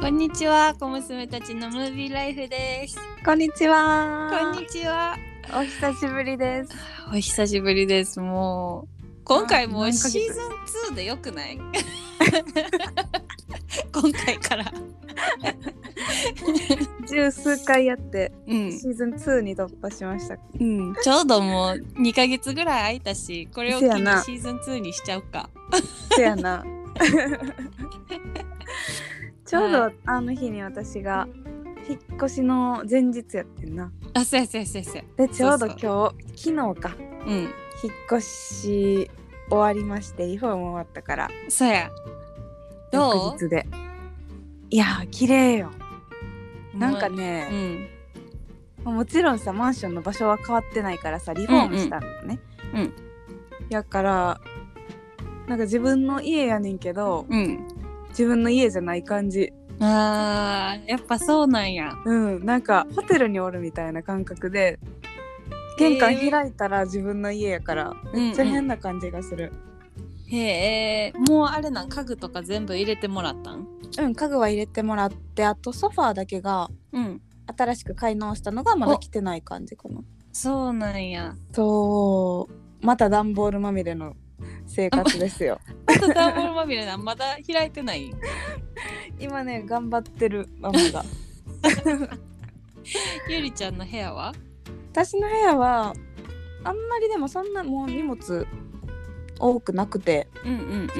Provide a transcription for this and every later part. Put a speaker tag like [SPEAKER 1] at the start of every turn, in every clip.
[SPEAKER 1] こんにちは、小娘たちのムービーライフです。
[SPEAKER 2] こんにちは。
[SPEAKER 1] こんにちは。
[SPEAKER 2] お久しぶりです。
[SPEAKER 1] お久しぶりです。もう今回も
[SPEAKER 2] あ
[SPEAKER 1] う
[SPEAKER 2] 何ヶ月
[SPEAKER 1] シーズン2でよくない 今回から。
[SPEAKER 2] 十数回やって、
[SPEAKER 1] うん、
[SPEAKER 2] シーズン2に突破しました。
[SPEAKER 1] うん、ちょうどもう2ヶ月ぐらい空いたし、これを機に
[SPEAKER 2] せやな
[SPEAKER 1] シーズン2にしちゃうか。
[SPEAKER 2] せ やな。ちょう
[SPEAKER 1] は
[SPEAKER 2] どあの日に私が引っ越しの前日やってんな。
[SPEAKER 1] あ、そうやそうやそうやそうや。
[SPEAKER 2] で、ちょうど
[SPEAKER 1] そ
[SPEAKER 2] 今
[SPEAKER 1] う
[SPEAKER 2] 日、昨日か、
[SPEAKER 1] うん、
[SPEAKER 2] 引っ越し終わりまして、リフォーム終わったから、
[SPEAKER 1] そうや。ど
[SPEAKER 2] 翌日で。いやー、綺麗よ。
[SPEAKER 1] う？
[SPEAKER 2] なんか
[SPEAKER 1] う
[SPEAKER 2] ね、
[SPEAKER 1] ん、
[SPEAKER 2] もちろんさ、マンションの場所は変わってないからさ、リフォームしたのね。
[SPEAKER 1] うん、
[SPEAKER 2] やからなんか自分の家やねんけど
[SPEAKER 1] うん。
[SPEAKER 2] 自分の家じゃない感じ
[SPEAKER 1] あーやっぱそうなんや。
[SPEAKER 2] うんなんかホテルにおるみたいな感覚で玄関開いたら自分の家やから、めっちゃ変な感じがする
[SPEAKER 1] へえもうあれなん家具とか全部入れてもらったん
[SPEAKER 2] うん家具は入れてもらってあとソファーだけが
[SPEAKER 1] うん
[SPEAKER 2] 新しく買い直したのがまだ
[SPEAKER 1] お
[SPEAKER 2] 来てない感じかな
[SPEAKER 1] そうなんや
[SPEAKER 2] そうまた段ボールまみれの生活です よ
[SPEAKER 1] あとダンボールまみれなんまだ開いてない
[SPEAKER 2] 今ね頑張ってるママが
[SPEAKER 1] ゆりちゃんの部屋は
[SPEAKER 2] 私の部屋はあんまりでもそんなもう荷物多くなくて
[SPEAKER 1] うんうんうん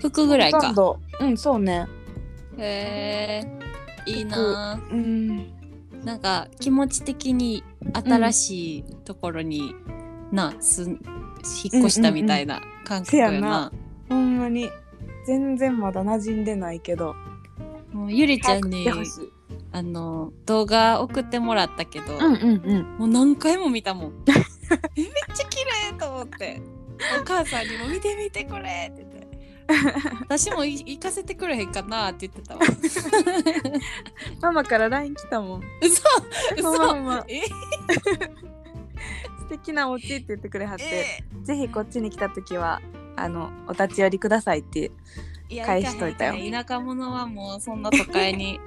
[SPEAKER 1] 服ぐらい
[SPEAKER 2] ほと
[SPEAKER 1] か
[SPEAKER 2] んどうんそうね
[SPEAKER 1] へえいいなぁ
[SPEAKER 2] うん
[SPEAKER 1] なんか気持ち的に新しいところに、なすん引っ越したみたいな感覚やな,、
[SPEAKER 2] せやなほんまに全然まだ馴染んでないけど
[SPEAKER 1] もうゆりちゃんに
[SPEAKER 2] 早く来てほしい
[SPEAKER 1] あの動画送ってもらったけど、
[SPEAKER 2] うんうんうん
[SPEAKER 1] もう何回も見た もんえめっちゃ綺麗と思ってお母さんにも「見て見てこれ」って言って 私もい行かせてくれへんかなって言ってたわ
[SPEAKER 2] ママから LINE 来たもん
[SPEAKER 1] 嘘
[SPEAKER 2] ほんまほ
[SPEAKER 1] 嘘
[SPEAKER 2] んま
[SPEAKER 1] え
[SPEAKER 2] 素敵なお家って言ってくれはって、
[SPEAKER 1] え
[SPEAKER 2] ぜひこっちに来た時はあのお立ち寄りくださいって
[SPEAKER 1] いや
[SPEAKER 2] 返しといたよ
[SPEAKER 1] 行かへん行かへん田舎者はもうそんな都会に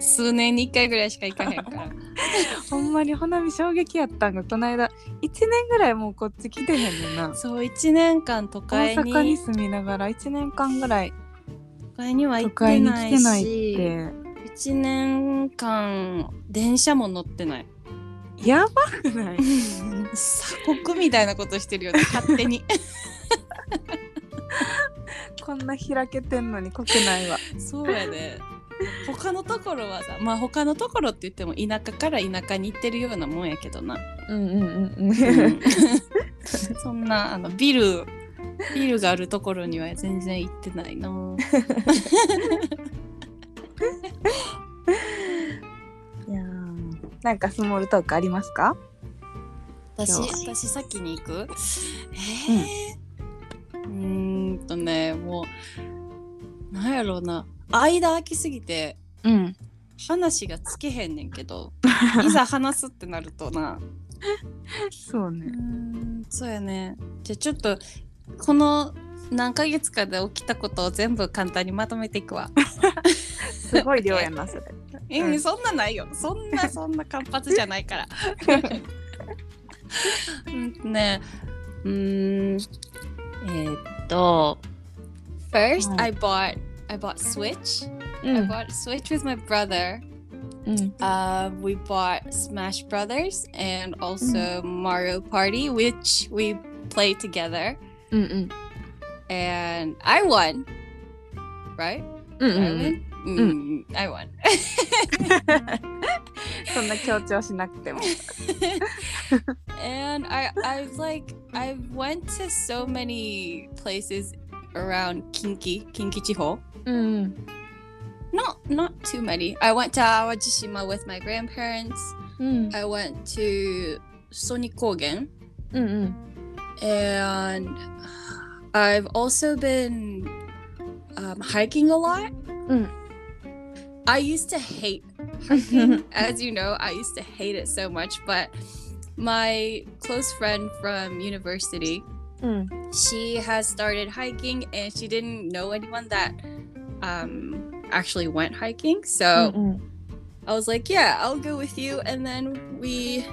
[SPEAKER 1] 数年に1回ぐらいしか行かへんから
[SPEAKER 2] ほんまに花見衝撃やったんがこの間1年ぐらいもうこっち来てへんねんな
[SPEAKER 1] そう1年間都
[SPEAKER 2] 大
[SPEAKER 1] 会に
[SPEAKER 2] 阪に住みながら1年間ぐらい
[SPEAKER 1] 都会には行
[SPEAKER 2] 都
[SPEAKER 1] って
[SPEAKER 2] 会に
[SPEAKER 1] な
[SPEAKER 2] 来
[SPEAKER 1] い
[SPEAKER 2] てないっ。
[SPEAKER 1] して1年間電車も乗って ない
[SPEAKER 2] やばくない
[SPEAKER 1] 鎖国みたいなことしてるよね勝手に
[SPEAKER 2] こんな開けてんのに国内は
[SPEAKER 1] そうや ね。他のところはさ、まあ他のところって言っても田舎から田舎に行ってるようなもんやけどな。
[SPEAKER 2] うんうんうん
[SPEAKER 1] う
[SPEAKER 2] うん
[SPEAKER 1] そんなあのビルビルがあるところには全然行ってないな。
[SPEAKER 2] いやなんかスモールトークありますか
[SPEAKER 1] 私私先に行く。えー、うーんとねもうなんやろうな間空きすぎて
[SPEAKER 2] うん
[SPEAKER 1] 話がつけへんねんけ どいざ話すってなるとな。
[SPEAKER 2] そう
[SPEAKER 1] うー
[SPEAKER 2] ね
[SPEAKER 1] んそうやねじゃあちょっとこの何ヶ月かで起きたことを全部簡単にまとめていくわ
[SPEAKER 2] すごい量 やなそれ
[SPEAKER 1] え、
[SPEAKER 2] うん
[SPEAKER 1] そんなないよそんなそんな活発じゃないから うんとねうーんえーっと First、
[SPEAKER 2] うん
[SPEAKER 1] I bought I bought Switch、
[SPEAKER 2] う
[SPEAKER 1] I bought Switch with my brother
[SPEAKER 2] うん、
[SPEAKER 1] Uh, we bought Smash Brothers and also Mario Party, which we played together.
[SPEAKER 2] うんうん
[SPEAKER 1] And I won. Right?
[SPEAKER 2] うん
[SPEAKER 1] I win? Mm, I won.
[SPEAKER 2] そんな強調しなくても
[SPEAKER 1] and I I've like I went to so many places around Kinki, Kinkichiho.
[SPEAKER 2] うん、
[SPEAKER 1] Not not too many. I went to Awajishima with my grandparents.
[SPEAKER 2] うん、
[SPEAKER 1] I went to Sonikogen.
[SPEAKER 2] うんうん、
[SPEAKER 1] and I've also been um, hiking a lot.
[SPEAKER 2] Mm.
[SPEAKER 1] I used to hate hiking, as you know, I used to hate it so much, but my close friend from university,
[SPEAKER 2] うん、
[SPEAKER 1] she has started hiking and she didn't know anyone that um, actually went hiking. So
[SPEAKER 2] うんうん
[SPEAKER 1] I was like, yeah, I'll go with you. And then we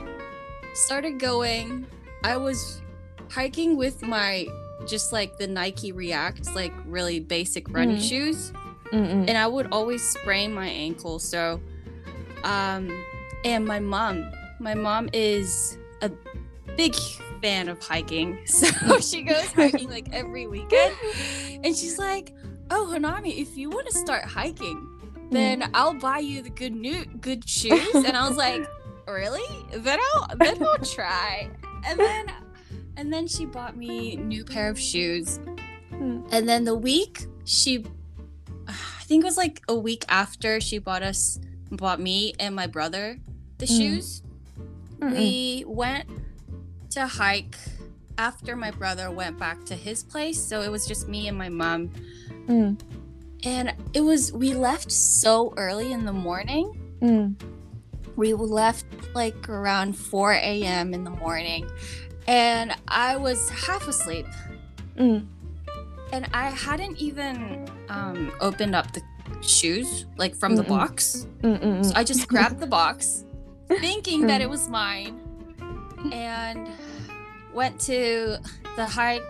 [SPEAKER 1] started going. I was hiking with my just like the Nike Reacts, like really basic running
[SPEAKER 2] Mhm.
[SPEAKER 1] shoes.
[SPEAKER 2] うんうん
[SPEAKER 1] And I would always sprain my ankle. So, um, and my mom, my mom is a big fan of hiking. So she goes hiking like every weekend. And she's like, oh, Hanami, if you want to start hiking, then I'll buy you the good new good shoes. and I was like, really? Then I'll then I'll try. And then and then she bought me new pair of shoes.
[SPEAKER 2] Hmm.
[SPEAKER 1] And then the week she I think it was like a week after she bought us bought me and my brother the
[SPEAKER 2] Hmm.
[SPEAKER 1] shoes.
[SPEAKER 2] うんうん
[SPEAKER 1] We went to hike after my brother went back to his place. So it was just me and my mom
[SPEAKER 2] うん
[SPEAKER 1] and it was we left so early in the morning
[SPEAKER 2] うん、
[SPEAKER 1] we left like around 4 a.m in the morning and i was half asleep
[SPEAKER 2] うん、
[SPEAKER 1] and i hadn't even um, opened up the shoes like from the
[SPEAKER 2] Mm-mm.
[SPEAKER 1] box
[SPEAKER 2] うん、うん、
[SPEAKER 1] so i just grabbed the box thinking that
[SPEAKER 2] Mm.
[SPEAKER 1] it was mine and went to the hike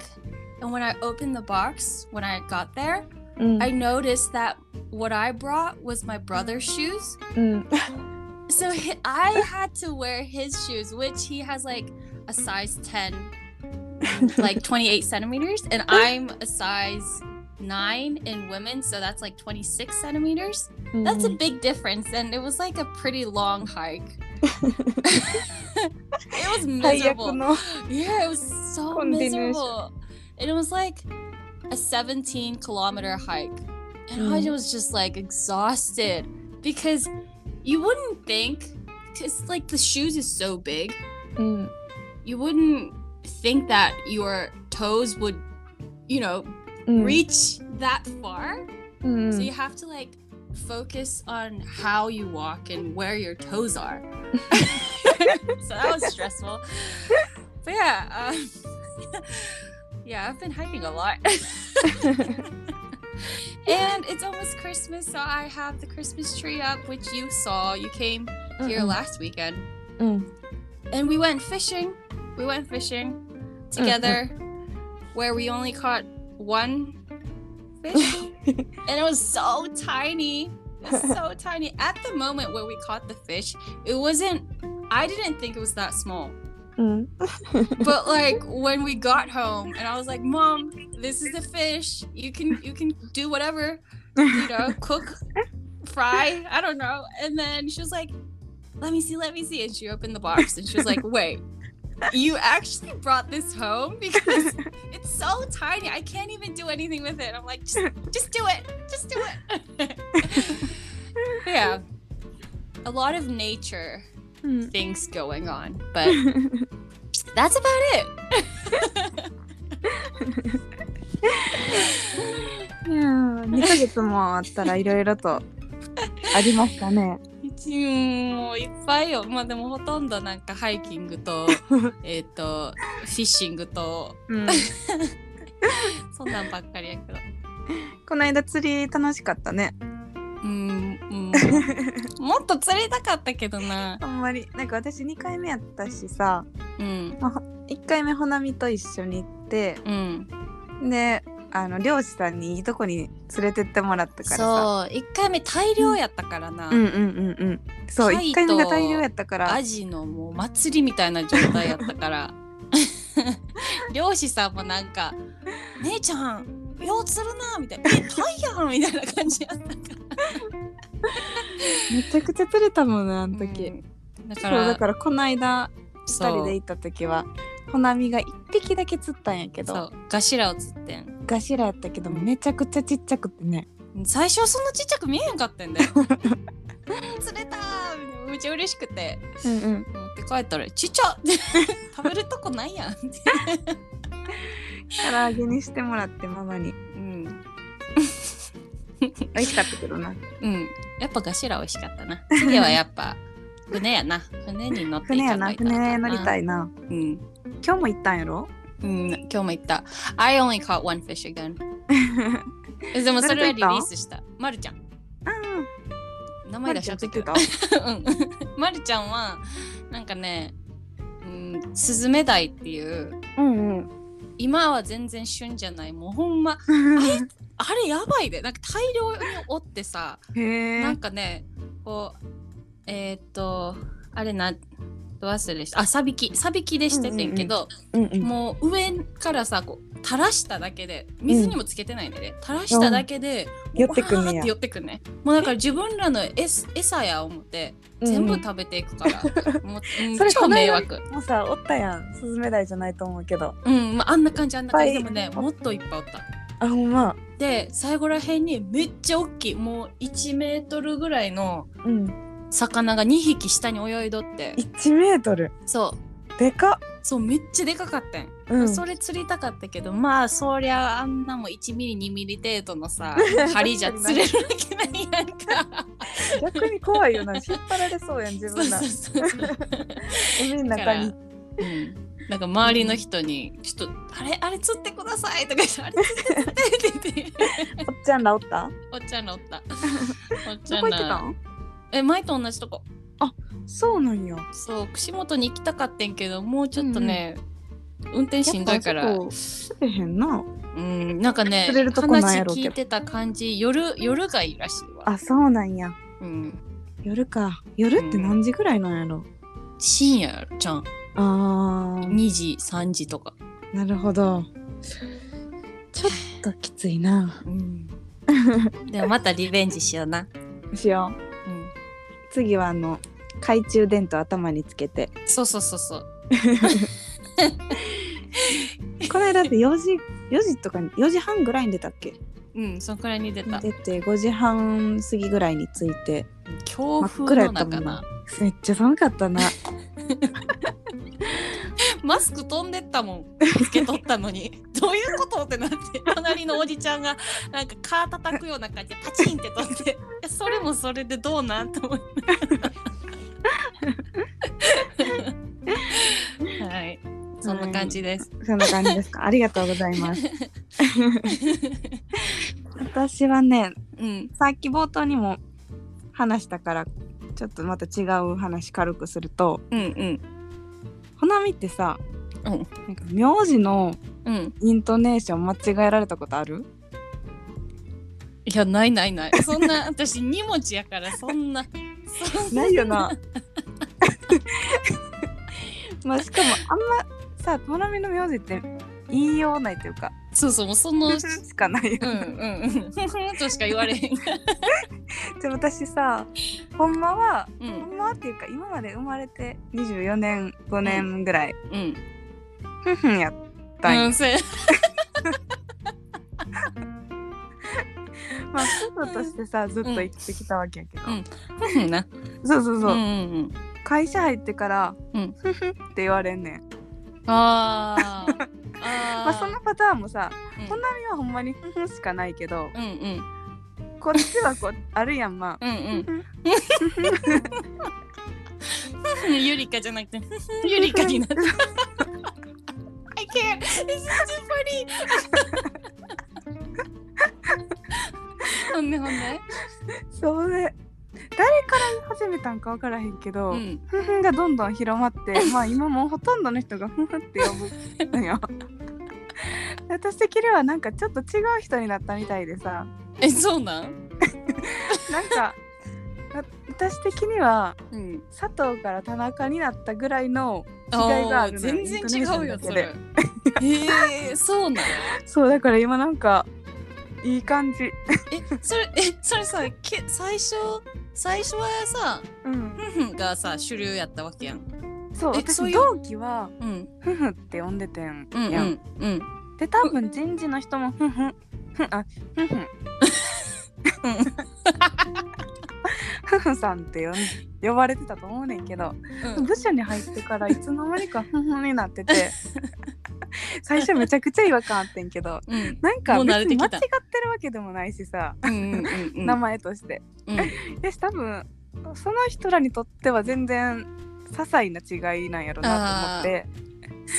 [SPEAKER 1] and when i opened the box when i got there
[SPEAKER 2] うん、
[SPEAKER 1] i noticed that what i brought was my brother's shoes
[SPEAKER 2] うん、
[SPEAKER 1] So he, I had to wear his shoes, which he has like a size 10, like 28 centimeters, and I'm a size 9 in women, so that's like 26 centimeters. That's a big difference, and it was like a pretty long hike. it was
[SPEAKER 2] 最悪
[SPEAKER 1] miserable.
[SPEAKER 2] の
[SPEAKER 1] Yeah, it was so
[SPEAKER 2] Combination.
[SPEAKER 1] miserable. And it was like a 17 kilometer hike. And I
[SPEAKER 2] Mm.
[SPEAKER 1] was just like exhausted because you wouldn't think, because like the shoes is so big,
[SPEAKER 2] うん、
[SPEAKER 1] you wouldn't think that your toes would, you know,
[SPEAKER 2] うん、
[SPEAKER 1] reach that far.
[SPEAKER 2] うん、
[SPEAKER 1] So you have to like focus on how you walk and where your toes are. so that was stressful. But yeah, um, yeah, I've been hiking a lot. and it's almost Christmas, so I have the Christmas tree up, which you saw. You came here last weekend.
[SPEAKER 2] Mm.
[SPEAKER 1] And we went fishing. We went fishing together where we only caught one fish. and it was so tiny. It was so tiny. At the moment where we caught the fish, it wasn't I didn't think it was that small.
[SPEAKER 2] うん、
[SPEAKER 1] But like when we got home and I was like, "Mom, this is the fish. You can you can do whatever, you know, cook, fry, I don't know." And then she was like, "Let me see, let me see." And she opened the box and she was like, "Wait, you actually brought this home because it's so tiny. I can't even do anything with it." I'm like, "Just just do it. Just do it." yeah. A lot of nature
[SPEAKER 2] うん
[SPEAKER 1] things going on, but that's about it.
[SPEAKER 2] いやー2ヶ月もあったらいろいろとありますかね。
[SPEAKER 1] 一応もういっぱいよ。まあでもほとんどなんかハイキング とえっとフィッシングと
[SPEAKER 2] うん、
[SPEAKER 1] そんなんばっかりやけど。
[SPEAKER 2] この間釣り楽しかったね。
[SPEAKER 1] うん、う ん、もっと釣りたかったけどな。
[SPEAKER 2] あんまりなんか私2回目やったしさ
[SPEAKER 1] うん
[SPEAKER 2] 1回目ほなみと一緒に行って
[SPEAKER 1] うん。
[SPEAKER 2] であの漁師さんにいいとこに連れてってもらったから
[SPEAKER 1] そ
[SPEAKER 2] さ。
[SPEAKER 1] う一回目大量やったからな。
[SPEAKER 2] うんうんうんうん。そう
[SPEAKER 1] タイ
[SPEAKER 2] 1
[SPEAKER 1] と
[SPEAKER 2] 回目が大量やったから
[SPEAKER 1] アジのもう祭りみたいな状態やったから 漁師さんもなんか「姉ちゃんよう釣るな」みたいな「えタイやん」みたいな感じやったから
[SPEAKER 2] めちゃくちゃ釣れたもんねあの時。
[SPEAKER 1] うんだ
[SPEAKER 2] そ
[SPEAKER 1] か
[SPEAKER 2] う
[SPEAKER 1] ら
[SPEAKER 2] だからこの間
[SPEAKER 1] そ
[SPEAKER 2] 2人
[SPEAKER 1] う
[SPEAKER 2] で行った時はほなみが1匹だけ釣ったんやけ
[SPEAKER 1] そ
[SPEAKER 2] ど
[SPEAKER 1] うガシラを釣ってん
[SPEAKER 2] ガシラやったけどめちゃくちゃちっちゃくてね。
[SPEAKER 1] 最初はそんなちっちゃく見えへんかったん だようん釣れたーめっちゃ嬉しくて
[SPEAKER 2] うんうん
[SPEAKER 1] 持って帰ったら「ちっ ちゃ! 」食べるとこないやんって、
[SPEAKER 2] 唐揚げにしてもらって ママに
[SPEAKER 1] うん
[SPEAKER 2] 美味しかったけどな
[SPEAKER 1] うん、やっぱガシラ美味しかったな次はやっ ぱ船やな船に乗ってい
[SPEAKER 2] 船
[SPEAKER 1] か
[SPEAKER 2] やな
[SPEAKER 1] ないといけない
[SPEAKER 2] 船乗りた
[SPEAKER 1] い
[SPEAKER 2] いな
[SPEAKER 1] うん
[SPEAKER 2] 今日も行ったん やろ
[SPEAKER 1] うん、今日も言った I only caught one fish again でもそれはリリースしたまるちゃん
[SPEAKER 2] あ
[SPEAKER 1] 名
[SPEAKER 2] あ
[SPEAKER 1] 前出しちゃったけど
[SPEAKER 2] た
[SPEAKER 1] うん まるちゃんはなんかね、うん、スズメダイっていう
[SPEAKER 2] うん うん
[SPEAKER 1] 今は全然旬じゃないもうほんまあれやばいでなんか大量におってさ
[SPEAKER 2] へ
[SPEAKER 1] なん
[SPEAKER 2] え
[SPEAKER 1] かねこうえーっとあれなど忘れしたあサビキサビキでしててんけど、
[SPEAKER 2] うんうん
[SPEAKER 1] もう上からさこう垂らしただけで水にもつけてないんでね、垂らしただけで、
[SPEAKER 2] 寄ってくん
[SPEAKER 1] わ
[SPEAKER 2] ね
[SPEAKER 1] ーっ
[SPEAKER 2] や
[SPEAKER 1] て寄ってくんねもうだから自分らの餌餌や思って全部食べていくから、もう、うん、
[SPEAKER 2] それ
[SPEAKER 1] 超迷惑
[SPEAKER 2] もうさおったやんスズメダイじゃないと思うけど
[SPEAKER 1] うん、まあ、あんな感じあんな感じ
[SPEAKER 2] い
[SPEAKER 1] で
[SPEAKER 2] っ
[SPEAKER 1] も
[SPEAKER 2] ぱい
[SPEAKER 1] ねもっといっぱいおった
[SPEAKER 2] あほんま
[SPEAKER 1] で最後らへんにめっちゃ大きいもう1メートルぐらいの
[SPEAKER 2] うん
[SPEAKER 1] 魚が2匹下に泳いどって
[SPEAKER 2] 1メートル
[SPEAKER 1] そう
[SPEAKER 2] でか
[SPEAKER 1] そうめっちゃでかかったん、
[SPEAKER 2] っうん
[SPEAKER 1] それ釣りたかったけどまあそりゃあんなもん1ミリ2ミリ程度の さ針じゃ釣れるわけないやんか
[SPEAKER 2] 逆に怖いよな引っ張られそうやん自 分ら
[SPEAKER 1] そうそうそう
[SPEAKER 2] 海の中
[SPEAKER 1] う
[SPEAKER 2] に
[SPEAKER 1] んなんか周りの人に「ちょっとあれあれ釣ってください」とか言って「あれ釣って釣って」って言って
[SPEAKER 2] おっちゃんらおった
[SPEAKER 1] おっちゃんらお ったおっちゃん
[SPEAKER 2] どこ行ってた
[SPEAKER 1] ら
[SPEAKER 2] ん
[SPEAKER 1] え前と同じとこ
[SPEAKER 2] そうなんや
[SPEAKER 1] そう串本に行きたかってんけどもうちょっとね、運転しんどいから
[SPEAKER 2] やっぱあそこ釣れへんな
[SPEAKER 1] うんなんかね
[SPEAKER 2] 釣れるとこなん
[SPEAKER 1] 話
[SPEAKER 2] やろうけ
[SPEAKER 1] 聞
[SPEAKER 2] ど
[SPEAKER 1] いてた感じ夜夜がいいらしいわ、
[SPEAKER 2] あそうなんや
[SPEAKER 1] うん、
[SPEAKER 2] 夜か夜って何時ぐらいなんやろ、
[SPEAKER 1] 深夜じゃん
[SPEAKER 2] あー
[SPEAKER 1] 2時3時とか、
[SPEAKER 2] なるほどちょっときついな
[SPEAKER 1] うんでもまたリベンジしような、
[SPEAKER 2] しよう
[SPEAKER 1] うん、
[SPEAKER 2] 次はあの懐中電灯頭につけて
[SPEAKER 1] そうそうそうそう
[SPEAKER 2] この間って4時4時 とかに4時半ぐらいに出たっけ
[SPEAKER 1] うんそんくらいに出た
[SPEAKER 2] 出て5時半過ぎぐらいに着いて
[SPEAKER 1] 強
[SPEAKER 2] 真っ
[SPEAKER 1] 風
[SPEAKER 2] 暗
[SPEAKER 1] の
[SPEAKER 2] やったも
[SPEAKER 1] 中
[SPEAKER 2] ん
[SPEAKER 1] な
[SPEAKER 2] なめっちゃ寒かったな
[SPEAKER 1] マスク飛んでったもんつけとったの にどういうことってなって隣のおじちゃんがなんかカー叩くような感じでパチンって飛んでえそれもそれでどうなんと思ってはいそんな感じです、
[SPEAKER 2] そんな感じですかありがとうござい ます私はね
[SPEAKER 1] うん
[SPEAKER 2] さっき冒頭にも話したからちょっとまた違う話軽くすると
[SPEAKER 1] うんうん
[SPEAKER 2] 花見ってさ、
[SPEAKER 1] うん
[SPEAKER 2] なんか名字の
[SPEAKER 1] うん
[SPEAKER 2] イントネーション間違えられたことある
[SPEAKER 1] いやないないないそんな私荷物やからそんなそん
[SPEAKER 2] ない よなまあしかもあんまさ花見の名字って言いようないというか
[SPEAKER 1] そうそうもうそ
[SPEAKER 2] 「
[SPEAKER 1] の
[SPEAKER 2] ふふん」 しかないよ
[SPEAKER 1] うんうんうんふんふんとしか言われへん
[SPEAKER 2] でも私さほんまは
[SPEAKER 1] う
[SPEAKER 2] ほ
[SPEAKER 1] ん
[SPEAKER 2] んまはっていうか今まで生まれて24年5年ぐらい
[SPEAKER 1] うん
[SPEAKER 2] 「ふんふん」やったんよ
[SPEAKER 1] うんせや
[SPEAKER 2] まあプロとしてさずっと生きてきたわけやけど、
[SPEAKER 1] うんふんな
[SPEAKER 2] そうそうそう、
[SPEAKER 1] うんうん
[SPEAKER 2] 会社入ってから「
[SPEAKER 1] うん
[SPEAKER 2] ふふ」って言われんねん
[SPEAKER 1] うん、あーあー
[SPEAKER 2] まあそのパターンもさ
[SPEAKER 1] うん
[SPEAKER 2] こんなにはほんまに「ふふ」しかないけど
[SPEAKER 1] うんうん
[SPEAKER 2] こっちはこうあるやんまあ。
[SPEAKER 1] うん
[SPEAKER 2] ふ
[SPEAKER 1] うん
[SPEAKER 2] ふ
[SPEAKER 1] ゆりかじゃなくてゆりかに なった I can't it's so funny ほんでほんで
[SPEAKER 2] それ誰から言い始めたんか分からへんけど
[SPEAKER 1] う
[SPEAKER 2] 「
[SPEAKER 1] ん
[SPEAKER 2] ふ、ふん」がどんどん広まってまあ今もうほとんどの人が「ふふ」って呼 ぶのよ。私的にはなんかちょっと違う人になったみたいでさ
[SPEAKER 1] えそうなん
[SPEAKER 2] なんかわ私的には
[SPEAKER 1] うん
[SPEAKER 2] 佐藤から田中になったぐらいの違いが
[SPEAKER 1] あ
[SPEAKER 2] あ
[SPEAKER 1] あ
[SPEAKER 2] るの
[SPEAKER 1] 全然違う
[SPEAKER 2] イン
[SPEAKER 1] よ
[SPEAKER 2] ト
[SPEAKER 1] そ
[SPEAKER 2] ネーションだけで
[SPEAKER 1] れへえそうなん
[SPEAKER 2] そうだから今なんかいい感じ。
[SPEAKER 1] えそれえそれさけ最初最初はさ
[SPEAKER 2] うん。
[SPEAKER 1] ふんふんがさ主流やったわけやん
[SPEAKER 2] そう
[SPEAKER 1] え
[SPEAKER 2] 私
[SPEAKER 1] そういう
[SPEAKER 2] 同期は
[SPEAKER 1] うん
[SPEAKER 2] ふふって呼んでてん
[SPEAKER 1] うんう
[SPEAKER 2] やん。
[SPEAKER 1] んうん
[SPEAKER 2] で多分人事の人もふふんふんあふふんふふさんって呼ん呼ばれてたと思うねんけど、
[SPEAKER 1] うん
[SPEAKER 2] 部署に入ってからいつの間にかふふんになっ てて最初めちゃくちゃ違和感あってんけど
[SPEAKER 1] うん
[SPEAKER 2] なんか
[SPEAKER 1] もう
[SPEAKER 2] 別
[SPEAKER 1] 慣れて
[SPEAKER 2] に
[SPEAKER 1] き
[SPEAKER 2] 間
[SPEAKER 1] た
[SPEAKER 2] 違ってるわけでもないしさ、
[SPEAKER 1] うんうんうんうん
[SPEAKER 2] 名前として。
[SPEAKER 1] うん
[SPEAKER 2] で多分その人らにとっては全然些細な違いなんやろなと思って。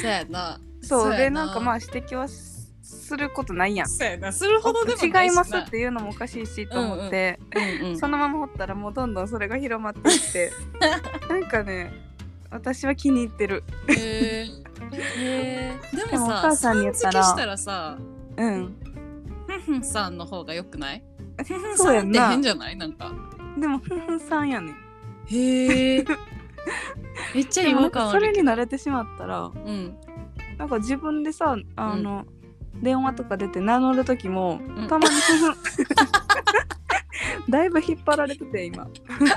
[SPEAKER 1] そうやな。
[SPEAKER 2] そうでなんかま
[SPEAKER 1] あ、
[SPEAKER 2] あ指摘はすすることないやん。
[SPEAKER 1] そうやなするほどでもないしな
[SPEAKER 2] 違いますっていうのもおかしいしと思って、
[SPEAKER 1] うんうん
[SPEAKER 2] そのまま掘ったらもうどんどんそれが広まっていって なんかね私は気に入ってる
[SPEAKER 1] へえー、でもさ
[SPEAKER 2] でもお母さんに言ったら
[SPEAKER 1] さん付けしたらさ
[SPEAKER 2] うん
[SPEAKER 1] ふんふんさんの方が良くないふんふん
[SPEAKER 2] そう
[SPEAKER 1] さ
[SPEAKER 2] や
[SPEAKER 1] ん
[SPEAKER 2] ん
[SPEAKER 1] って
[SPEAKER 2] な
[SPEAKER 1] 変じゃないなんか
[SPEAKER 2] でもふんふんさんやねん
[SPEAKER 1] へえめっちゃ
[SPEAKER 2] で
[SPEAKER 1] 違
[SPEAKER 2] もな
[SPEAKER 1] 和
[SPEAKER 2] んか
[SPEAKER 1] 感
[SPEAKER 2] そ
[SPEAKER 1] あ
[SPEAKER 2] れ
[SPEAKER 1] る
[SPEAKER 2] に慣れてしまったら
[SPEAKER 1] うん
[SPEAKER 2] なんか自分でさあの、電話とか出て名乗る時もたまにふ んふんだいぶ引っ張られてて今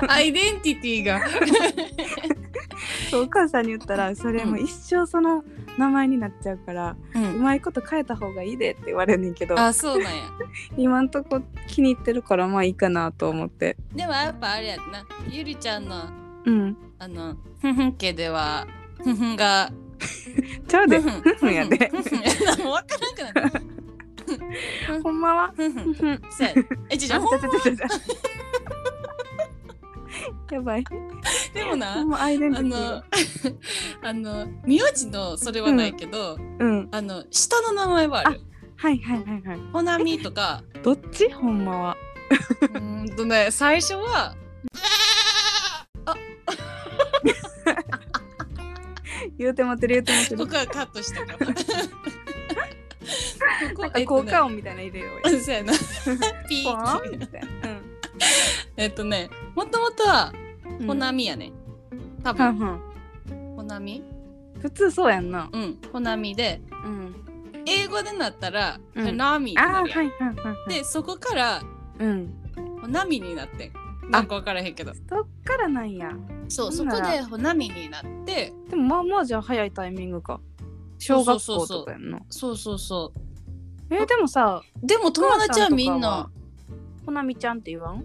[SPEAKER 1] アイデンティティが
[SPEAKER 2] そうお母さんに言ったらそれもう一生その名前になっちゃうから、
[SPEAKER 1] う
[SPEAKER 2] うんまいこと変えた方がいいでって言われんねんけど
[SPEAKER 1] あそうなんや
[SPEAKER 2] 今んとこ気に入ってるからまあいいかなと思って
[SPEAKER 1] でもやっぱあれやんなゆりちゃんの
[SPEAKER 2] うん
[SPEAKER 1] あのふんふん家ではふんふんが
[SPEAKER 2] ちゃうで
[SPEAKER 1] ふん
[SPEAKER 2] ふんふんやで
[SPEAKER 1] ふんふん やなもう分からんくなった
[SPEAKER 2] ほんまは
[SPEAKER 1] ふんふ
[SPEAKER 2] ふん
[SPEAKER 1] ん
[SPEAKER 2] ふん
[SPEAKER 1] そうやなえちょちょほん
[SPEAKER 2] あちょち ょちょちょやばい
[SPEAKER 1] でもな
[SPEAKER 2] ほんまアイデンテ
[SPEAKER 1] あ
[SPEAKER 2] ィティ
[SPEAKER 1] の
[SPEAKER 2] が
[SPEAKER 1] あの名字のそれはないけど、
[SPEAKER 2] うん
[SPEAKER 1] あの下の名前はある。
[SPEAKER 2] はいはいはいはい
[SPEAKER 1] ほなみとか、
[SPEAKER 2] どっちほんまは
[SPEAKER 1] うーんとね最初は
[SPEAKER 2] 言うてもってる言うてもって
[SPEAKER 1] こ
[SPEAKER 2] る
[SPEAKER 1] こはカットした から。こ
[SPEAKER 2] な
[SPEAKER 1] こ
[SPEAKER 2] んか効果
[SPEAKER 1] を。
[SPEAKER 2] 音みたいな入れよう
[SPEAKER 1] あ
[SPEAKER 2] や
[SPEAKER 1] そうやな。 ピ
[SPEAKER 2] ポーン
[SPEAKER 1] ー。
[SPEAKER 2] みたいな
[SPEAKER 1] えっとね、もともとは
[SPEAKER 2] うん
[SPEAKER 1] ほなみやね。多
[SPEAKER 2] は
[SPEAKER 1] 分
[SPEAKER 2] んはん
[SPEAKER 1] ほなみ。
[SPEAKER 2] 普通そうやんな
[SPEAKER 1] うん、ほなみで
[SPEAKER 2] うん
[SPEAKER 1] 英語でなったら、
[SPEAKER 2] うん
[SPEAKER 1] ナミって
[SPEAKER 2] あー
[SPEAKER 1] な
[SPEAKER 2] はい
[SPEAKER 1] るやん
[SPEAKER 2] はいはいはい
[SPEAKER 1] でそこから
[SPEAKER 2] うん
[SPEAKER 1] ほなみになってん。なんかわからへんけど。
[SPEAKER 2] そっからなんや
[SPEAKER 1] そう
[SPEAKER 2] そ
[SPEAKER 1] そ
[SPEAKER 2] んな
[SPEAKER 1] こ
[SPEAKER 2] ら
[SPEAKER 1] でほなみになって。
[SPEAKER 2] でもまあまあじゃあ早いタイミングか小学
[SPEAKER 1] そうそう
[SPEAKER 2] 校
[SPEAKER 1] そう
[SPEAKER 2] とかやんな
[SPEAKER 1] そうそうそう。
[SPEAKER 2] えーでもさ
[SPEAKER 1] でも友達はみん
[SPEAKER 2] お母さん
[SPEAKER 1] な
[SPEAKER 2] とかはほなみちゃんって言わん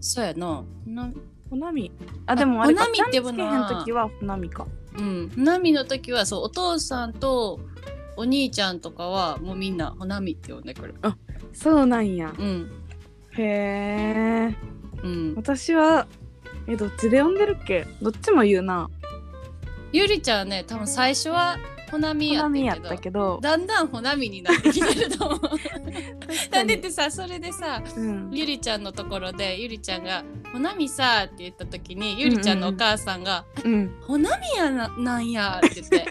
[SPEAKER 1] そうやなな
[SPEAKER 2] ほなみあでもあれか
[SPEAKER 1] ほなみって呼ぶ
[SPEAKER 2] ち
[SPEAKER 1] の
[SPEAKER 2] ゃ
[SPEAKER 1] は
[SPEAKER 2] んつけへん時はほなみか
[SPEAKER 1] うんなみの時はそうお父さんとお兄ちゃんとかはもうみんなほなみって呼んでくる
[SPEAKER 2] そうなんや
[SPEAKER 1] うん
[SPEAKER 2] へえ
[SPEAKER 1] うん
[SPEAKER 2] 私はえどっちで呼んでるっけどっちも言うな
[SPEAKER 1] ゆりちゃんはね多分最初はほなみ
[SPEAKER 2] ほ
[SPEAKER 1] や
[SPEAKER 2] な
[SPEAKER 1] って
[SPEAKER 2] み
[SPEAKER 1] ん
[SPEAKER 2] や
[SPEAKER 1] け
[SPEAKER 2] っ
[SPEAKER 1] ど
[SPEAKER 2] たけど
[SPEAKER 1] だんだんほなみになってきてる と思う なんでってさそれでさ
[SPEAKER 2] うん
[SPEAKER 1] ゆりちゃんのところでゆりちゃんが「ほなみさ」って言った時にゆりちゃんのお母さんが「
[SPEAKER 2] うん
[SPEAKER 1] ほなみやななんや」って言 って「ずっ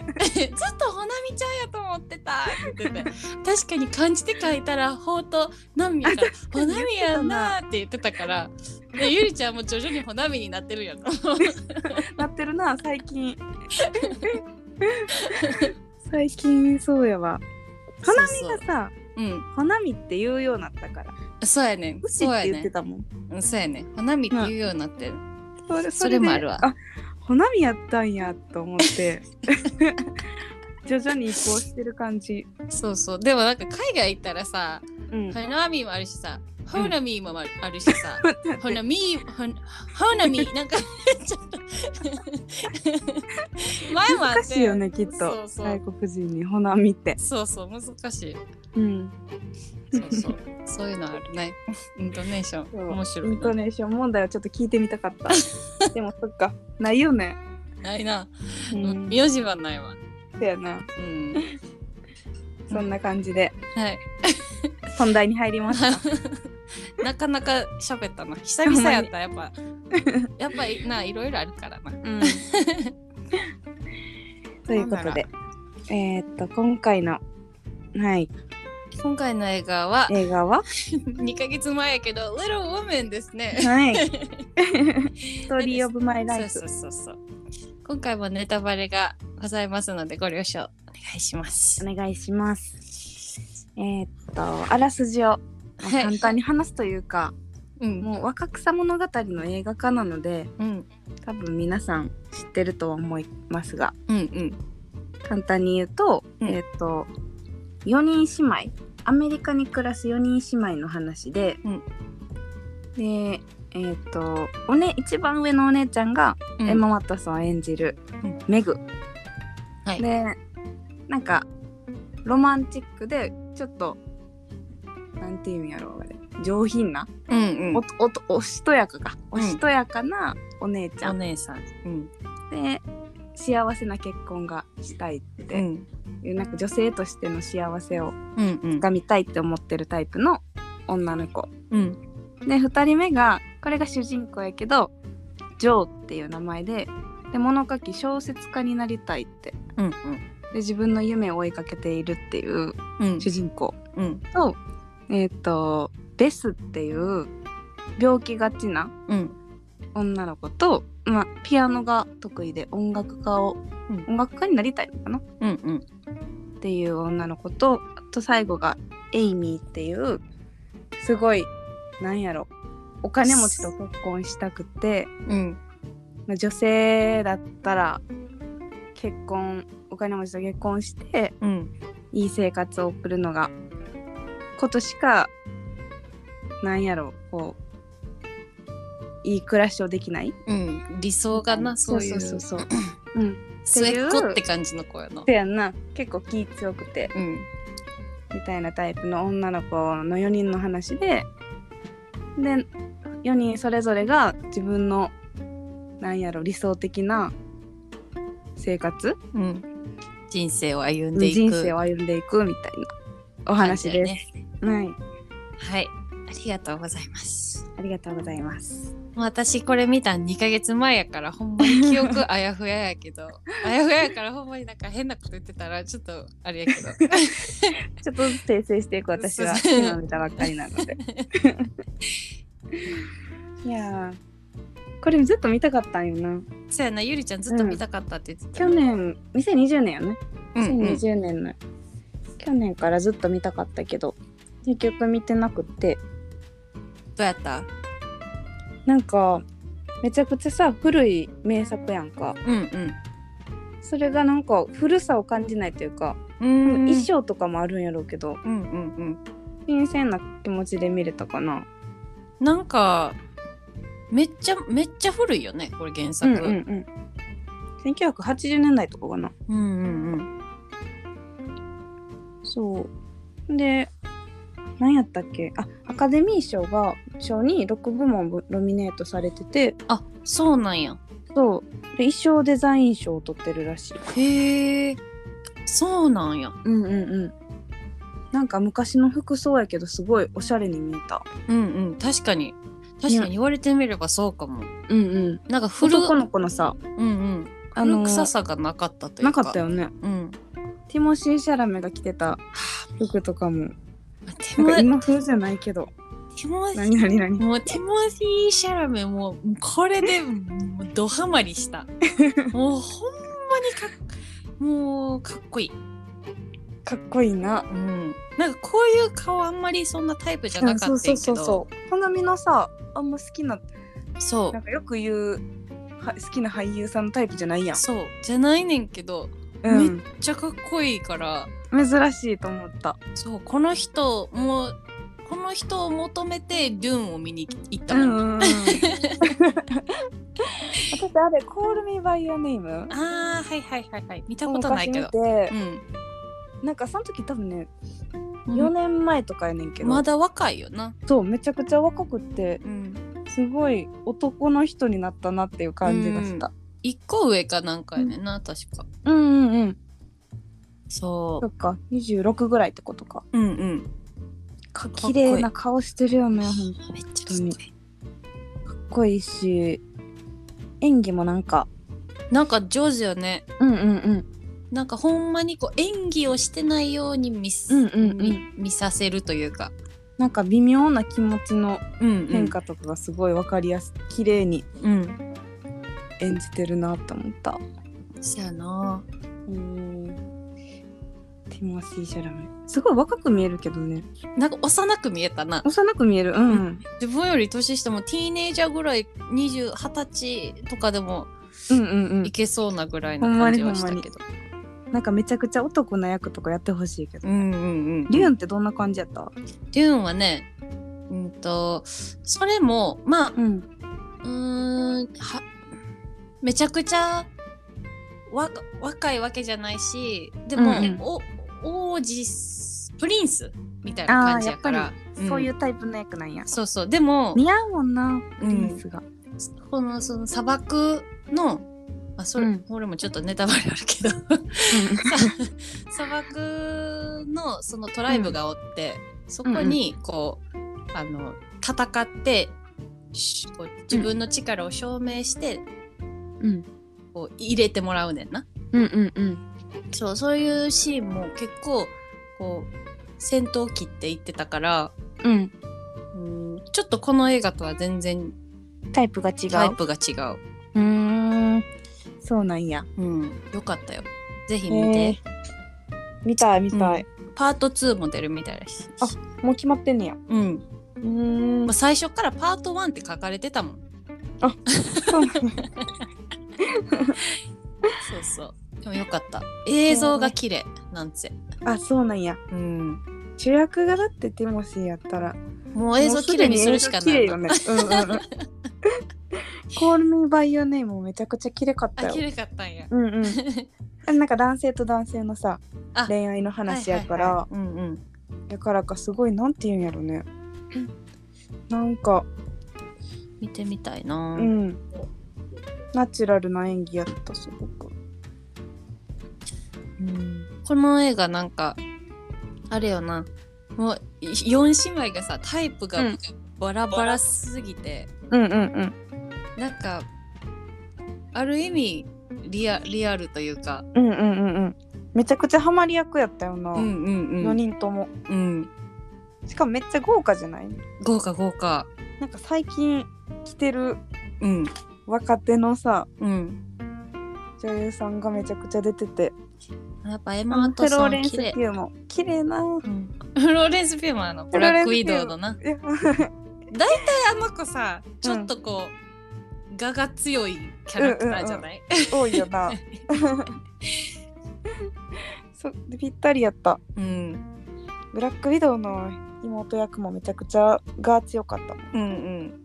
[SPEAKER 1] とほなみちゃんやと思ってた」って言って確かに漢字で書いたら「ほうとなみ」 やから「ほなみやな」って言ってたからでゆりちゃんも徐々にほなみになってるやん
[SPEAKER 2] なってるな最近 最近そうやわほなみ
[SPEAKER 1] そう
[SPEAKER 2] がさ
[SPEAKER 1] うん
[SPEAKER 2] ほなみって言うようになったから
[SPEAKER 1] そうやねん
[SPEAKER 2] うち
[SPEAKER 1] そ
[SPEAKER 2] っ
[SPEAKER 1] うや
[SPEAKER 2] て言
[SPEAKER 1] ね
[SPEAKER 2] ってたもん
[SPEAKER 1] んうんそうやねんほなみって言うようになってる
[SPEAKER 2] それ
[SPEAKER 1] それもあるわ
[SPEAKER 2] であほなみやったんやと思って 徐々に移行してる感じ
[SPEAKER 1] そうそうでもなんか海外行ったらさ
[SPEAKER 2] うん、
[SPEAKER 1] ほなみもあるしさほなみもあるあるしさ
[SPEAKER 2] 待って待って
[SPEAKER 1] ほなみほんほ なみなんか ちょっと前もあって
[SPEAKER 2] 難しいよねきっと
[SPEAKER 1] そうそう
[SPEAKER 2] 外国人にほなみって
[SPEAKER 1] そうそう難しい
[SPEAKER 2] うん
[SPEAKER 1] そう そうそういうのあるねイントネーション面白い
[SPEAKER 2] イント
[SPEAKER 1] な
[SPEAKER 2] ネーション問題をちょっと聞いてみたか ったでもそっかないよね
[SPEAKER 1] ないな
[SPEAKER 2] うん
[SPEAKER 1] 名字はないわ
[SPEAKER 2] そうやな
[SPEAKER 1] うん
[SPEAKER 2] そんな感じで
[SPEAKER 1] はい
[SPEAKER 2] 本題に入りました
[SPEAKER 1] なかなか喋ったな久々やったやっぱやっぱりないろいろあるからな
[SPEAKER 2] うんということでえー、っと今回のはい
[SPEAKER 1] 今回の映画は
[SPEAKER 2] 映画は
[SPEAKER 1] 2ヶ月前やけど「Little Women」ですね
[SPEAKER 2] はいストーリーオブマイライフ
[SPEAKER 1] そうそうそうそう今回もネタバレがございますのでご了承お願いします
[SPEAKER 2] お願いします。えーっとあらすじをまあ
[SPEAKER 1] はい
[SPEAKER 2] 簡単に話すというか、
[SPEAKER 1] うん
[SPEAKER 2] もう若草物語の映画化なので
[SPEAKER 1] うん
[SPEAKER 2] 多分皆さん知ってるとは思いますが
[SPEAKER 1] うんうん
[SPEAKER 2] 簡単に言うと、
[SPEAKER 1] うん
[SPEAKER 2] えーっと4人姉妹アメリカに暮らす4人姉妹の話で、
[SPEAKER 1] うん
[SPEAKER 2] でえーっとお、ね、一番上のお姉ちゃんが
[SPEAKER 1] うん
[SPEAKER 2] エマ・ワットソンを演じる
[SPEAKER 1] うん
[SPEAKER 2] メグ、
[SPEAKER 1] はい
[SPEAKER 2] でなんかロマンチックでちょっとなんていうんやろうあれ上品な、
[SPEAKER 1] うんう
[SPEAKER 2] お
[SPEAKER 1] ん
[SPEAKER 2] おとおしとやかか
[SPEAKER 1] うん
[SPEAKER 2] おしとやかなお姉ちゃ
[SPEAKER 1] お
[SPEAKER 2] ん、
[SPEAKER 1] 姉さんうん
[SPEAKER 2] で幸せな結婚がしたいっ
[SPEAKER 1] う
[SPEAKER 2] て
[SPEAKER 1] ん
[SPEAKER 2] いうなんか女性としての幸せを
[SPEAKER 1] うんうん
[SPEAKER 2] が見たいって思ってるタイプの女の子
[SPEAKER 1] うん
[SPEAKER 2] で2人目がこれが主人公やけどジョーっていう名前でで物書き小説家になりたいって
[SPEAKER 1] うん
[SPEAKER 2] で自分の夢を追いかけているっていう
[SPEAKER 1] うん
[SPEAKER 2] 主人公
[SPEAKER 1] うん
[SPEAKER 2] と,、えっとベスっていう病気がちな
[SPEAKER 1] うん
[SPEAKER 2] 女の子と、まあ、ピアノが得意で音楽家を、
[SPEAKER 1] うん
[SPEAKER 2] 音楽家になりたいのかな
[SPEAKER 1] うんうん
[SPEAKER 2] っていう女の子とあと最後がエイミーっていうすごいなんやろお金持ちと結婚したくて、
[SPEAKER 1] うん
[SPEAKER 2] まあ、女性だったら結婚お金持ちと結婚して
[SPEAKER 1] うん
[SPEAKER 2] いい生活を送るのがことしかなんやろこういい暮らしをできない
[SPEAKER 1] うん理想がなそういう
[SPEAKER 2] そうそうそうそううん
[SPEAKER 1] 末っ子って感じの子やな
[SPEAKER 2] せやんな結構気強くて
[SPEAKER 1] うん
[SPEAKER 2] みたいなタイプの女の子の4人の話でで4人それぞれが自分のなんやろ理想的な生活
[SPEAKER 1] うん人生を歩んでいく
[SPEAKER 2] 人生を歩んでいくみたいなお話です、
[SPEAKER 1] 感じだよね
[SPEAKER 2] はい
[SPEAKER 1] はいありがとうございます
[SPEAKER 2] ありがとうございます
[SPEAKER 1] もう私これ見たん2ヶ月前やからほんまに記憶 あやふややけどあやふややからほんまになんか変なこと言ってたらちょっとあれやけど
[SPEAKER 2] ちょっとずつ訂正していく私は
[SPEAKER 1] そう
[SPEAKER 2] 今見たばっかり なのでいやーこれずっと見たかったんよな
[SPEAKER 1] そうやなゆりちゃんずっと見たかったって言ってた
[SPEAKER 2] 去
[SPEAKER 1] よね、
[SPEAKER 2] 年2020年よね
[SPEAKER 1] うんうん
[SPEAKER 2] 2020年の、去年からずっと見たかったけど結局見てなくって
[SPEAKER 1] どうやった
[SPEAKER 2] なんかめちゃくちゃさ古い名作やんか
[SPEAKER 1] うん
[SPEAKER 2] それがなんか古さを感じないというか、
[SPEAKER 1] うんうん
[SPEAKER 2] 衣装とかもあるんやろうけど
[SPEAKER 1] うんうんうん
[SPEAKER 2] 新鮮な気持ちで見れたかな
[SPEAKER 1] なんかめっちゃめっちゃ古いよねこれ原
[SPEAKER 2] う
[SPEAKER 1] 作
[SPEAKER 2] んうんうん1980年代とかかな
[SPEAKER 1] うんうん
[SPEAKER 2] そうで何やったっけあアカデミー賞が賞に6部門ぶノミネートされてて
[SPEAKER 1] あそうなんや
[SPEAKER 2] そうで衣装デザイン賞を取ってるらしい
[SPEAKER 1] へえそうなんや
[SPEAKER 2] うんうんうんなんか昔の服装やけどすごいおしゃれに見えた
[SPEAKER 1] うんうん確かに確かに言われてみればそうかも、
[SPEAKER 2] うんうん
[SPEAKER 1] なんか古
[SPEAKER 2] 男の子のさ
[SPEAKER 1] うんうん
[SPEAKER 2] あの
[SPEAKER 1] 古臭さがなかったという
[SPEAKER 2] な
[SPEAKER 1] か
[SPEAKER 2] かったよね
[SPEAKER 1] うん
[SPEAKER 2] ティモシー・シャラメが着てた服とかも
[SPEAKER 1] テ
[SPEAKER 2] なん
[SPEAKER 1] モ
[SPEAKER 2] か
[SPEAKER 1] テ
[SPEAKER 2] 今風じゃないけど
[SPEAKER 1] モシ
[SPEAKER 2] 何何何
[SPEAKER 1] もうティモシー・シャラメもうこれでもうドハマりした もうほんまにかっもうかっこいい、
[SPEAKER 2] かっこいいな
[SPEAKER 1] うん、なんかこういう顔あんまりそんなタイプじゃなかったん
[SPEAKER 2] そう
[SPEAKER 1] やけ
[SPEAKER 2] そ
[SPEAKER 1] ど
[SPEAKER 2] うそうそう好みのさあんま好きな
[SPEAKER 1] そう
[SPEAKER 2] なんかよく言うは好きな俳優さんのタイプじゃないやん、
[SPEAKER 1] そうじゃないねんけど
[SPEAKER 2] うん、
[SPEAKER 1] めっちゃかっこいいから
[SPEAKER 2] 珍しいと思った
[SPEAKER 1] そうこの人もうこの人を求めてドゥーンを見に行った
[SPEAKER 2] うん
[SPEAKER 1] もん、
[SPEAKER 2] うんうん 私あれ「コール・ミー・バイ・ヤー・ネーム」
[SPEAKER 1] あーはいはいはいはい見たことないけど
[SPEAKER 2] 昔見て
[SPEAKER 1] うん
[SPEAKER 2] なんかその時多分ね4
[SPEAKER 1] うん
[SPEAKER 2] 年前とかやねんけど、
[SPEAKER 1] まだ若いよな、
[SPEAKER 2] そうめちゃくちゃ若くって
[SPEAKER 1] うん、
[SPEAKER 2] すごい男の人になったなっていう感じがした
[SPEAKER 1] 1個上かなんかやねんな確か
[SPEAKER 2] うんうんうん
[SPEAKER 1] そ
[SPEAKER 2] そっか26ぐらいってことか
[SPEAKER 1] ううんうんか
[SPEAKER 2] か
[SPEAKER 1] っこい
[SPEAKER 2] 綺
[SPEAKER 1] い
[SPEAKER 2] 麗な顔してるよねほんと
[SPEAKER 1] めっちゃかっこいい
[SPEAKER 2] かっこいいし演技もなんか
[SPEAKER 1] なんか上手よね
[SPEAKER 2] うんうんうん
[SPEAKER 1] なんかほんまにこう演技をしてないように見す、
[SPEAKER 2] うんうんうん
[SPEAKER 1] 見見させるというか、
[SPEAKER 2] なんか微妙な気持ちの
[SPEAKER 1] うんうん、
[SPEAKER 2] 変化とかがすごい分かりやすく綺麗に
[SPEAKER 1] うん
[SPEAKER 2] 演じてるなと思った
[SPEAKER 1] そやな
[SPEAKER 2] うんティモシー・シャラメすごい若く見えるけどね
[SPEAKER 1] なんか幼く見えたな
[SPEAKER 2] 幼く見えるうん、うん
[SPEAKER 1] 自分より年下もティーネイジャーぐらい20 20歳とかでも
[SPEAKER 2] うんうん
[SPEAKER 1] いけそうなぐらいな感じはしたけど、
[SPEAKER 2] なんかめちゃくちゃ男の役とかやってほしいけど、
[SPEAKER 1] うんうんうん
[SPEAKER 2] リュウンってどんな感じやった
[SPEAKER 1] デューンはねうんとそれもまあ
[SPEAKER 2] うん
[SPEAKER 1] うーんはめちゃくちゃわ若いわけじゃないしでも、
[SPEAKER 2] うんうん
[SPEAKER 1] お王子プリンスみたいな感じやからん
[SPEAKER 2] そういうタイプの役なんや、
[SPEAKER 1] そうそうでも
[SPEAKER 2] 似合うもんなプリンスが
[SPEAKER 1] このその砂漠のあそれ、
[SPEAKER 2] うん
[SPEAKER 1] これもちょっとネタバレある けど砂漠のそのトライブがおって、そこにこう、あの戦ってしこう自分の力を証明して、
[SPEAKER 2] うん
[SPEAKER 1] こう入れてもらうねんな。
[SPEAKER 2] うんうんうん
[SPEAKER 1] そうそういうシーンも結構こう戦闘機って言ってたから
[SPEAKER 2] うん
[SPEAKER 1] うんちょっとこの映画とは全然
[SPEAKER 2] タイプが違う
[SPEAKER 1] タイプが違う。
[SPEAKER 2] うーんそうなんや
[SPEAKER 1] うん、よかったよ。ぜひ見て。
[SPEAKER 2] 見たい見たい、
[SPEAKER 1] パート2も出るみたいだし。
[SPEAKER 2] あもう決まってんねや
[SPEAKER 1] うん。
[SPEAKER 2] うーん
[SPEAKER 1] まあ、最初からパート1って書かれてたもん。
[SPEAKER 2] そうなんや
[SPEAKER 1] そうそう。でもよかった。映像が綺麗なんつ
[SPEAKER 2] あそうなんや
[SPEAKER 1] うん。
[SPEAKER 2] 主役がだってティモシーやったら
[SPEAKER 1] もう映像綺麗にするしか
[SPEAKER 2] もうす
[SPEAKER 1] な
[SPEAKER 2] で
[SPEAKER 1] い
[SPEAKER 2] に映
[SPEAKER 1] の。
[SPEAKER 2] 像綺麗よねうん うんうんコールミーバイヨネームもめちゃくちゃ綺麗かった
[SPEAKER 1] あ、綺
[SPEAKER 2] よ
[SPEAKER 1] 麗かったんや。
[SPEAKER 2] うんうん あなんか男性と男性のさ
[SPEAKER 1] あ
[SPEAKER 2] 恋愛の話やから、
[SPEAKER 1] はいはいはいうんうん。
[SPEAKER 2] やからかすごいなんて言うんやろ ねなんか
[SPEAKER 1] 見てみたいな、
[SPEAKER 2] うんナチュラルな演技やったすごく
[SPEAKER 1] うんこの映画なんか、あれよな。もう4姉妹がさ、タイプが
[SPEAKER 2] うん
[SPEAKER 1] バラバラすぎて。
[SPEAKER 2] うんうんうん
[SPEAKER 1] なんかある意味リアリアルというか、
[SPEAKER 2] うんうんうんうんめちゃくちゃハマり役やったよな、
[SPEAKER 1] うんうんう
[SPEAKER 2] 4
[SPEAKER 1] ん、
[SPEAKER 2] 人とも
[SPEAKER 1] うん、
[SPEAKER 2] しかもめっちゃ豪華じゃない
[SPEAKER 1] 豪華豪華、
[SPEAKER 2] なんか最近着てる
[SPEAKER 1] うん
[SPEAKER 2] 若手のさ
[SPEAKER 1] うん、
[SPEAKER 2] 女優さんがめちゃくちゃ出てて
[SPEAKER 1] やっぱエ
[SPEAKER 2] あ
[SPEAKER 1] マ
[SPEAKER 2] の
[SPEAKER 1] ワト
[SPEAKER 2] フロ
[SPEAKER 1] ソ
[SPEAKER 2] ー
[SPEAKER 1] ン
[SPEAKER 2] レンス・
[SPEAKER 1] 綺
[SPEAKER 2] ピュ
[SPEAKER 1] 麗、
[SPEAKER 2] ーも綺麗な
[SPEAKER 1] うん、フローレンス・ピューマーのブ
[SPEAKER 2] フロー
[SPEAKER 1] ラ
[SPEAKER 2] レ
[SPEAKER 1] ッ
[SPEAKER 2] ンス
[SPEAKER 1] ク・ウ
[SPEAKER 2] ピュ
[SPEAKER 1] ィ
[SPEAKER 2] ーマ
[SPEAKER 1] ド
[SPEAKER 2] ー
[SPEAKER 1] ウのない
[SPEAKER 2] や
[SPEAKER 1] あの子さちょっとこう、我が強いキャラクターじゃない、
[SPEAKER 2] 多いよな そうぴったりやった
[SPEAKER 1] うん、
[SPEAKER 2] ブラックウィドウの妹役もめちゃくちゃが強かったもん
[SPEAKER 1] うんうん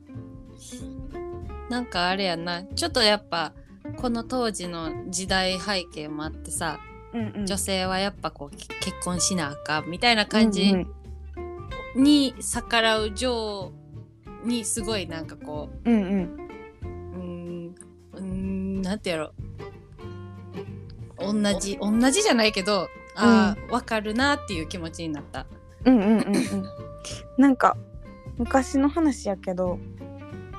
[SPEAKER 1] なんかあれやなちょっとやっぱこの当時の時代背景もあってさ、
[SPEAKER 2] うんうん
[SPEAKER 1] 女性はやっぱこうけ結婚しなあかんみたいな感じに逆らう女王にすごいなんかこ
[SPEAKER 2] うんうんうん
[SPEAKER 1] ううーんうーんなんてやろ同じ同じじゃないけどあーわかるなっていう気持ちになった。
[SPEAKER 2] うんうんうんうん うんなんか昔の話やけど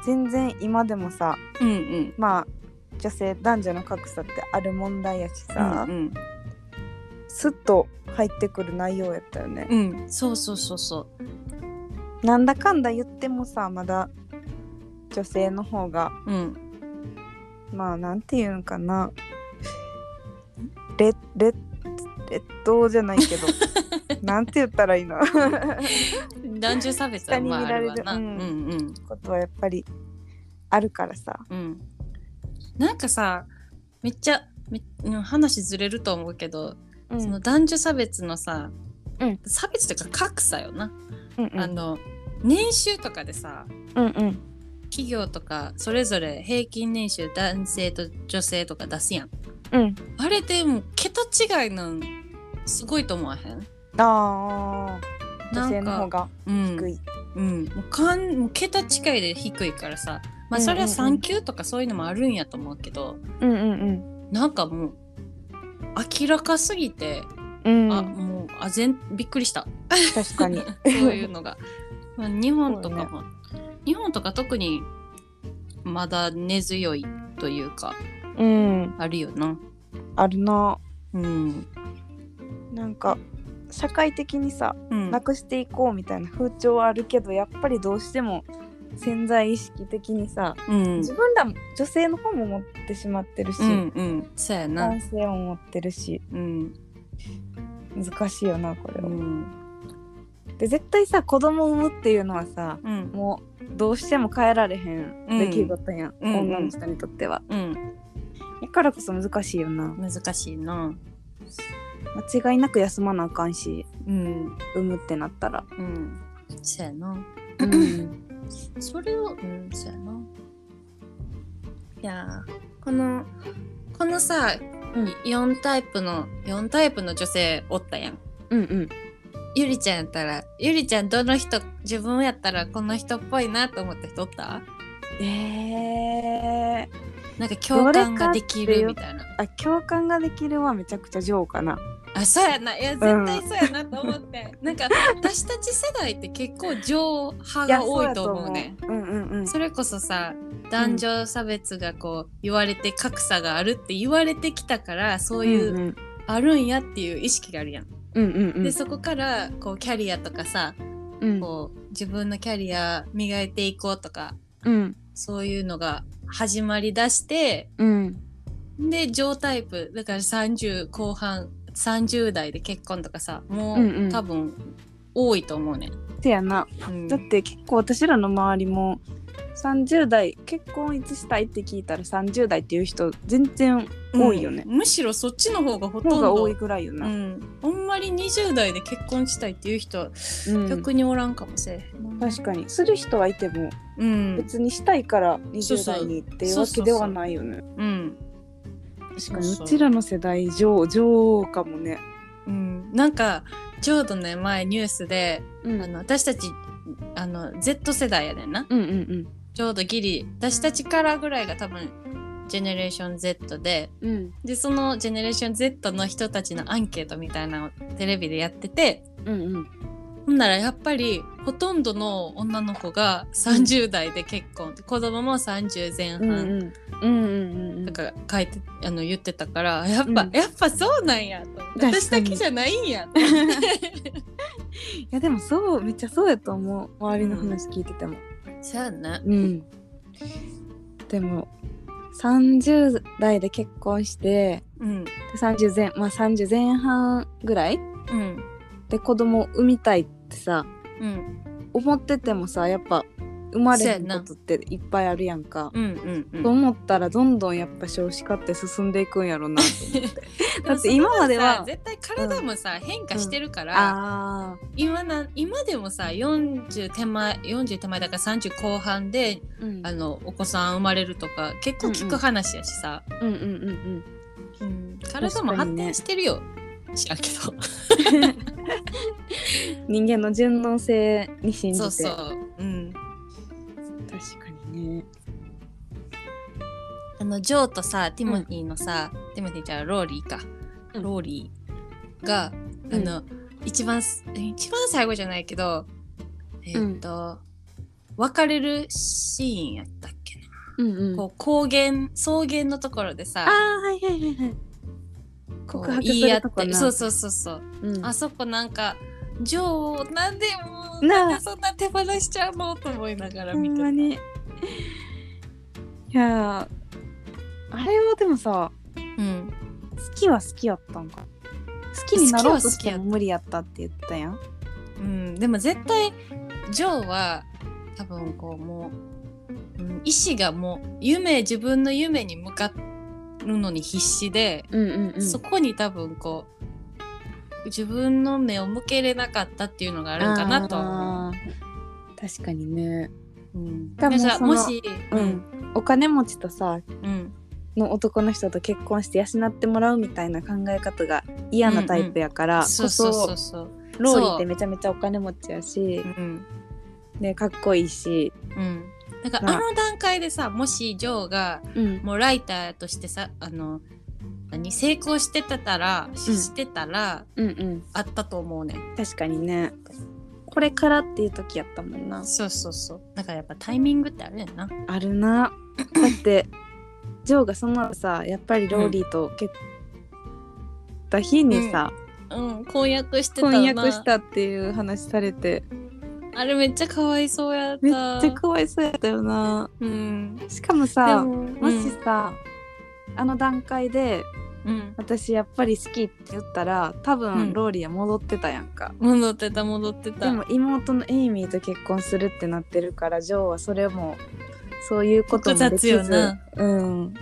[SPEAKER 2] 全然今でもさ
[SPEAKER 1] うんうん
[SPEAKER 2] まあ女性男女の格差ってある問題やし
[SPEAKER 1] う
[SPEAKER 2] さ、
[SPEAKER 1] ん
[SPEAKER 2] スッと入ってくる内容やったよね
[SPEAKER 1] うんうんそうそうそうそう
[SPEAKER 2] なんだかんだ言ってもさまだ女性の方が
[SPEAKER 1] うん
[SPEAKER 2] まあなんていうんかなレレ劣等じゃないけどなんて言ったらいいの
[SPEAKER 1] 男女差別はまああ
[SPEAKER 2] 下に
[SPEAKER 1] る
[SPEAKER 2] 見
[SPEAKER 1] わ
[SPEAKER 2] られる
[SPEAKER 1] な。う
[SPEAKER 2] うんん
[SPEAKER 1] うん
[SPEAKER 2] ことはやっぱりあるからさ
[SPEAKER 1] うんなんかさめっちゃめうん話ずれると思うけど
[SPEAKER 2] うん
[SPEAKER 1] その男女差別のさ、
[SPEAKER 2] うん
[SPEAKER 1] 差別というか格差よな、
[SPEAKER 2] うんうん
[SPEAKER 1] あの年収とかでさ
[SPEAKER 2] うんうん
[SPEAKER 1] 企業とかそれぞれ平均年収男性と女性とか出すやん
[SPEAKER 2] うん
[SPEAKER 1] あれでも桁違いなんすごいと思わへん
[SPEAKER 2] あー
[SPEAKER 1] なんか
[SPEAKER 2] 女性の方が低い
[SPEAKER 1] うん、うん、もうかんもう桁違いで低いからさまあ
[SPEAKER 2] うんうんうん
[SPEAKER 1] それは産休とかそういうのもあるんやと思うけど、
[SPEAKER 2] うんうん
[SPEAKER 1] なんかもう明らかすぎて、
[SPEAKER 2] うんう
[SPEAKER 1] あ
[SPEAKER 2] ん
[SPEAKER 1] もうあぜんびっくりした
[SPEAKER 2] 確かに
[SPEAKER 1] そういう のが。まあ日本とか
[SPEAKER 2] そ
[SPEAKER 1] も、日本とか特にまだ根強いというか、
[SPEAKER 2] うん
[SPEAKER 1] あるよな。
[SPEAKER 2] あるな
[SPEAKER 1] うん。
[SPEAKER 2] なんか社会的にさ
[SPEAKER 1] うん
[SPEAKER 2] なくしていこうみたいな風潮はあるけどやっぱりどうしても潜在意識的にさ
[SPEAKER 1] うん
[SPEAKER 2] 自分らも女性の方も持ってしまってるし、
[SPEAKER 1] うんうん。そうやな
[SPEAKER 2] 男。性も持ってるし
[SPEAKER 1] うん。
[SPEAKER 2] 難しいよなこれ
[SPEAKER 1] う
[SPEAKER 2] は。
[SPEAKER 1] ん。
[SPEAKER 2] で絶対さ子供を産むっていうのはさ
[SPEAKER 1] うん。
[SPEAKER 2] もうどうしても変えられへん
[SPEAKER 1] うん
[SPEAKER 2] 出来事やん、
[SPEAKER 1] うん
[SPEAKER 2] 女の人にとっては。
[SPEAKER 1] うん。
[SPEAKER 2] だからこそ難しいよな
[SPEAKER 1] 難しいな。
[SPEAKER 2] 間違いなく休まなあかんし
[SPEAKER 1] うん。
[SPEAKER 2] 産むってなったら。
[SPEAKER 1] うん。そうやな。
[SPEAKER 2] うん、
[SPEAKER 1] それを、うん、そうやな。いやーこの、このさ、
[SPEAKER 2] うん
[SPEAKER 1] 4タイプの、4タイプの女性おったやん。
[SPEAKER 2] うんうん
[SPEAKER 1] ゆりちゃんやったらゆりちゃんどの人自分やったらこの人っぽいなと思った人おった
[SPEAKER 2] えー、
[SPEAKER 1] なんか共感ができるみたいな
[SPEAKER 2] あ共感ができるはめちゃくちゃ上かな
[SPEAKER 1] あそうやないや絶対そうやなと思って、なんか私たち世代って結構情派が多いと思うね
[SPEAKER 2] いやそうやと思ううんうんうん
[SPEAKER 1] それこそさ男女差別がこう言われて格差があるって言われてきたからそういう、
[SPEAKER 2] うん
[SPEAKER 1] あるんやっていう意識があるやん。
[SPEAKER 2] うんうんうん
[SPEAKER 1] でそこからこうキャリアとかさ
[SPEAKER 2] うん
[SPEAKER 1] こう自分のキャリア磨いていこうとか
[SPEAKER 2] うん
[SPEAKER 1] そういうのが始まりだして
[SPEAKER 2] うん
[SPEAKER 1] で上タイプだから30後半30代で結婚とかさもう、
[SPEAKER 2] うんうん
[SPEAKER 1] 多分多いと思うね。
[SPEAKER 2] せやな
[SPEAKER 1] うん
[SPEAKER 2] だって結構私らの周りも30代結婚いつしたいって聞いたら30代っていう人全然多いよね
[SPEAKER 1] うんむしろそっちの方がほと
[SPEAKER 2] 方
[SPEAKER 1] ん
[SPEAKER 2] が
[SPEAKER 1] ど
[SPEAKER 2] 多いぐらいよ
[SPEAKER 1] う
[SPEAKER 2] な、
[SPEAKER 1] ん、あんまり20代で結婚したいっていう人、
[SPEAKER 2] うん
[SPEAKER 1] 逆におらんかもしれんな
[SPEAKER 2] 確かにする人はいても
[SPEAKER 1] うん、
[SPEAKER 2] 別にしたいから
[SPEAKER 1] そう
[SPEAKER 2] 20
[SPEAKER 1] そう
[SPEAKER 2] 代にっていうわけではないよね
[SPEAKER 1] うん
[SPEAKER 2] 確
[SPEAKER 1] う
[SPEAKER 2] か
[SPEAKER 1] そう
[SPEAKER 2] にうちらの世代上上かもね
[SPEAKER 1] うん、なんかちょうどね前ニュースで、
[SPEAKER 2] うんう
[SPEAKER 1] あ
[SPEAKER 2] ん
[SPEAKER 1] の私たちあの Z 世代やねんな
[SPEAKER 2] うんうん
[SPEAKER 1] ちょうどギリ私たちからぐらいが多分ジェネレーション z で
[SPEAKER 2] うん
[SPEAKER 1] でそのジェネレーション z の人たちのアンケートみたいなのをテレビでやってて
[SPEAKER 2] うんうん
[SPEAKER 1] ほんならやっぱりほとんどの女の子が30代で結婚子供も30前
[SPEAKER 2] うんう
[SPEAKER 1] 半
[SPEAKER 2] んうんうんうん
[SPEAKER 1] なんか書いてあの言ってたからやっぱ、
[SPEAKER 2] うん
[SPEAKER 1] やっぱそうなんやと思って
[SPEAKER 2] 確かに
[SPEAKER 1] 私だけじゃないんや と思って。
[SPEAKER 2] いやでもそうめっちゃそうやと思う周りの話聞いてても
[SPEAKER 1] そうやな
[SPEAKER 2] うん、でも30代で結婚して
[SPEAKER 1] うん
[SPEAKER 2] で30前まあ30前半ぐらい
[SPEAKER 1] うん
[SPEAKER 2] で子供を産みたいってさ
[SPEAKER 1] うん
[SPEAKER 2] 思っててもさやっぱ生まれへ
[SPEAKER 1] そうんやな
[SPEAKER 2] ことっていっぱいあるやんか。
[SPEAKER 1] うんうんうん
[SPEAKER 2] と思ったらどんどんやっぱ少子化って進んでいくんやろなと 思って
[SPEAKER 1] で
[SPEAKER 2] だ
[SPEAKER 1] も
[SPEAKER 2] っ
[SPEAKER 1] そ
[SPEAKER 2] て
[SPEAKER 1] れ
[SPEAKER 2] 今まで
[SPEAKER 1] さ
[SPEAKER 2] は
[SPEAKER 1] 絶対体もさ、変化してるから、
[SPEAKER 2] ああ
[SPEAKER 1] 今な今でもさ40手前40手前だから30後半で
[SPEAKER 2] うん
[SPEAKER 1] あのお子さん生まれるとか結構聞く話やしさ、
[SPEAKER 2] うんうんうん
[SPEAKER 1] うん体も発展してるよ、知らんけど
[SPEAKER 2] うん人間の順応性に信じ
[SPEAKER 1] そ
[SPEAKER 2] て
[SPEAKER 1] うそううん
[SPEAKER 2] 確かにね
[SPEAKER 1] あのジョーとさティモティのさ、ティモティじゃあローリーか、
[SPEAKER 2] うん
[SPEAKER 1] ローリーがあの、一番す一番最後じゃないけどえーっ、と、別れるシーンやったっけな、
[SPEAKER 2] うんうん
[SPEAKER 1] こう高原草原のところで
[SPEAKER 2] あ
[SPEAKER 1] さ
[SPEAKER 2] あはいはいはいはい
[SPEAKER 1] こう
[SPEAKER 2] 告白
[SPEAKER 1] 言い合っ
[SPEAKER 2] するとこ
[SPEAKER 1] て
[SPEAKER 2] な
[SPEAKER 1] そうそうそうそう、
[SPEAKER 2] うん
[SPEAKER 1] あそこなんかジョーなんでもう
[SPEAKER 2] なあ
[SPEAKER 1] なんでそんな手放しちゃうのと思いながら
[SPEAKER 2] ほ
[SPEAKER 1] 見
[SPEAKER 2] ん
[SPEAKER 1] て
[SPEAKER 2] ま
[SPEAKER 1] た
[SPEAKER 2] にいやーあれはでもさ
[SPEAKER 1] うん
[SPEAKER 2] 好きは好きやったんか好きになろうとしても無理やったって言ったやん
[SPEAKER 1] うん、でも絶対ジョーは多分こうもう、うん、意志がもう夢自分の夢に向かるのに必死で、
[SPEAKER 2] うんうん
[SPEAKER 1] そこに多分こう自分の目を向けれなかったっていうのがあるんかなとは思
[SPEAKER 2] あー確かにね
[SPEAKER 1] う。うん、だ
[SPEAKER 2] 多
[SPEAKER 1] か
[SPEAKER 2] 分
[SPEAKER 1] ら
[SPEAKER 2] その
[SPEAKER 1] もし、
[SPEAKER 2] うん、お金持ちとさ
[SPEAKER 1] うん
[SPEAKER 2] の男の人と結婚して養ってもらうみたいな考え方が嫌なタイプやから、
[SPEAKER 1] そう
[SPEAKER 2] こ
[SPEAKER 1] そうそう
[SPEAKER 2] そ
[SPEAKER 1] そう、
[SPEAKER 2] ローリーっ
[SPEAKER 1] そ
[SPEAKER 2] て
[SPEAKER 1] う
[SPEAKER 2] めちゃめちゃお金持ちやし
[SPEAKER 1] うん
[SPEAKER 2] ねかっこいいし、
[SPEAKER 1] うん、だから
[SPEAKER 2] まあ
[SPEAKER 1] あの段階でさもしジョーが
[SPEAKER 2] うん、
[SPEAKER 1] もうライターとしてさあの何成功してたらし
[SPEAKER 2] うん
[SPEAKER 1] してたら、
[SPEAKER 2] うん
[SPEAKER 1] あったと思うねん
[SPEAKER 2] 確かにねこれからっていう時やったもんな
[SPEAKER 1] そうそうそうだからやっぱタイミングってあるやんな
[SPEAKER 2] あるなだってジョーがその後さやっぱりローリーと結婚した日にさ、
[SPEAKER 1] うん婚約してたな
[SPEAKER 2] 婚約したっていう話されて
[SPEAKER 1] あれめっちゃかわいそうやった
[SPEAKER 2] めっちゃかわいそうやったよな
[SPEAKER 1] うんで
[SPEAKER 2] しかもさも
[SPEAKER 1] も
[SPEAKER 2] しさ、あの段階で
[SPEAKER 1] うん、
[SPEAKER 2] 私やっぱり好きって言ったら多
[SPEAKER 1] うん
[SPEAKER 2] 分ローリーは戻ってたやんか、
[SPEAKER 1] うん、戻ってた戻ってた
[SPEAKER 2] でも妹のエイミーと結婚するってなってるからジョーはそれもそういうこともできず
[SPEAKER 1] 複雑よな
[SPEAKER 2] うん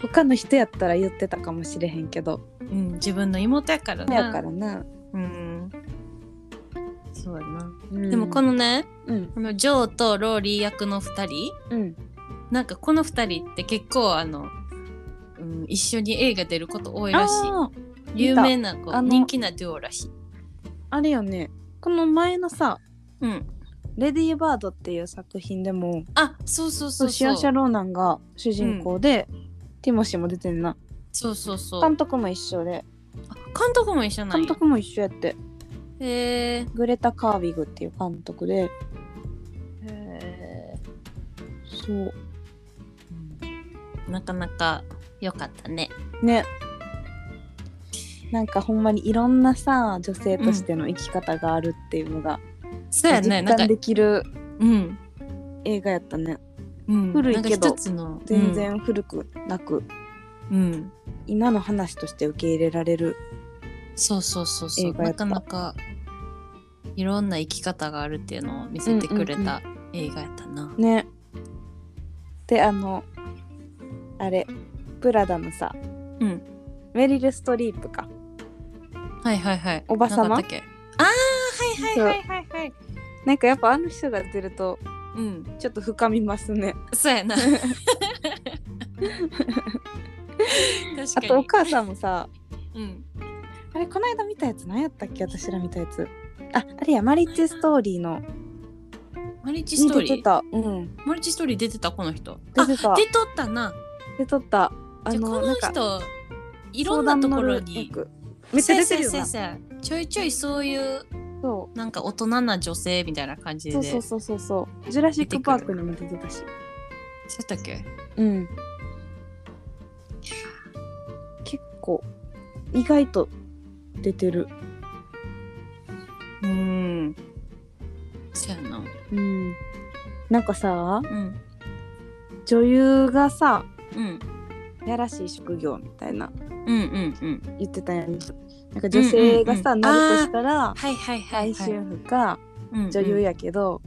[SPEAKER 2] 他の人やったら言ってたかもしれへんけど
[SPEAKER 1] うん、自分の妹やからな
[SPEAKER 2] やからな、
[SPEAKER 1] うんそうやな、
[SPEAKER 2] うん
[SPEAKER 1] でもこのね
[SPEAKER 2] うん
[SPEAKER 1] このジョーとローリー役の2人
[SPEAKER 2] うん
[SPEAKER 1] なんかこの2人って結構あの、うん、一緒に映画出ること多いらし
[SPEAKER 2] あー
[SPEAKER 1] い有名なこ
[SPEAKER 2] あ
[SPEAKER 1] う
[SPEAKER 2] の
[SPEAKER 1] 人気なデュオらしい
[SPEAKER 2] あれよねこの前のさ
[SPEAKER 1] うん
[SPEAKER 2] レディー・バード」っていう作品でも
[SPEAKER 1] あそうそうそう
[SPEAKER 2] シ
[SPEAKER 1] そ
[SPEAKER 2] アシャ
[SPEAKER 1] う
[SPEAKER 2] ローナンが主人公で、ティモシーも出てんな
[SPEAKER 1] そうそうそう
[SPEAKER 2] 監督も一緒で
[SPEAKER 1] あ監督も一緒なん
[SPEAKER 2] 監
[SPEAKER 1] や
[SPEAKER 2] 督も一緒やって
[SPEAKER 1] へえ
[SPEAKER 2] グレタ・カービグっていう監督でそう
[SPEAKER 1] なかなか良かったね
[SPEAKER 2] ねなんかほんまにいろんなさ女性としての生き方があるっていうのが、
[SPEAKER 1] そうやねな
[SPEAKER 2] 実
[SPEAKER 1] んか
[SPEAKER 2] 感できる
[SPEAKER 1] うん、
[SPEAKER 2] 映画やったね
[SPEAKER 1] うん、
[SPEAKER 2] 古いけど
[SPEAKER 1] なんか一つの
[SPEAKER 2] 全、然古くなく、
[SPEAKER 1] うんうん、
[SPEAKER 2] 今の話として受け入れられる
[SPEAKER 1] そうそうそうそ
[SPEAKER 2] 映
[SPEAKER 1] う
[SPEAKER 2] 画や
[SPEAKER 1] な
[SPEAKER 2] った
[SPEAKER 1] かなかいろんな生き方があるっていうのを見せてくれた映画やったな、
[SPEAKER 2] ねであのあれプラダのさ
[SPEAKER 1] うん
[SPEAKER 2] メリル・ストリープか
[SPEAKER 1] はいはいはい
[SPEAKER 2] おばさま
[SPEAKER 1] なんかあったっけあーはいはいはいはいはい
[SPEAKER 2] なんかやっぱあの人が出ると
[SPEAKER 1] うん
[SPEAKER 2] ちょっと深みますね
[SPEAKER 1] そう やな
[SPEAKER 2] あ
[SPEAKER 1] 確か
[SPEAKER 2] とお
[SPEAKER 1] に
[SPEAKER 2] 母さんもさ
[SPEAKER 1] うん
[SPEAKER 2] あれこの間見たやつ何やったっけ私ら見たやつああれやマリッジストーリーの
[SPEAKER 1] マリッチス
[SPEAKER 2] に
[SPEAKER 1] トー
[SPEAKER 2] 出
[SPEAKER 1] リ
[SPEAKER 2] て
[SPEAKER 1] ー
[SPEAKER 2] たうん
[SPEAKER 1] マリッチストーリー出てたこの人
[SPEAKER 2] 出てた
[SPEAKER 1] あ出とったな
[SPEAKER 2] 出とったあ
[SPEAKER 1] じゃあこ
[SPEAKER 2] の
[SPEAKER 1] の
[SPEAKER 2] なんか
[SPEAKER 1] 人いろんなところに
[SPEAKER 2] 相談乗る役めっちゃ出てるよ
[SPEAKER 1] そうや
[SPEAKER 2] な
[SPEAKER 1] そうやそうやちょいちょいそういう
[SPEAKER 2] そ
[SPEAKER 1] なんか大人な女性みたいな感じ
[SPEAKER 2] う
[SPEAKER 1] で
[SPEAKER 2] そうそうそうそうそうジュラシック・パークにも出てたし
[SPEAKER 1] そうやったっけ
[SPEAKER 2] うん結構意外と出てる
[SPEAKER 1] うんそうやな
[SPEAKER 2] うんなんかさ
[SPEAKER 1] うん
[SPEAKER 2] 女優がさ
[SPEAKER 1] うん
[SPEAKER 2] やらしい職業みたいな
[SPEAKER 1] うんうんうん
[SPEAKER 2] 言ってたやんなんか女性がさ、
[SPEAKER 1] うんうんうん
[SPEAKER 2] なるとした
[SPEAKER 1] は
[SPEAKER 2] ら
[SPEAKER 1] いはいはい
[SPEAKER 2] 大
[SPEAKER 1] はい
[SPEAKER 2] 衆婦か女優やけど、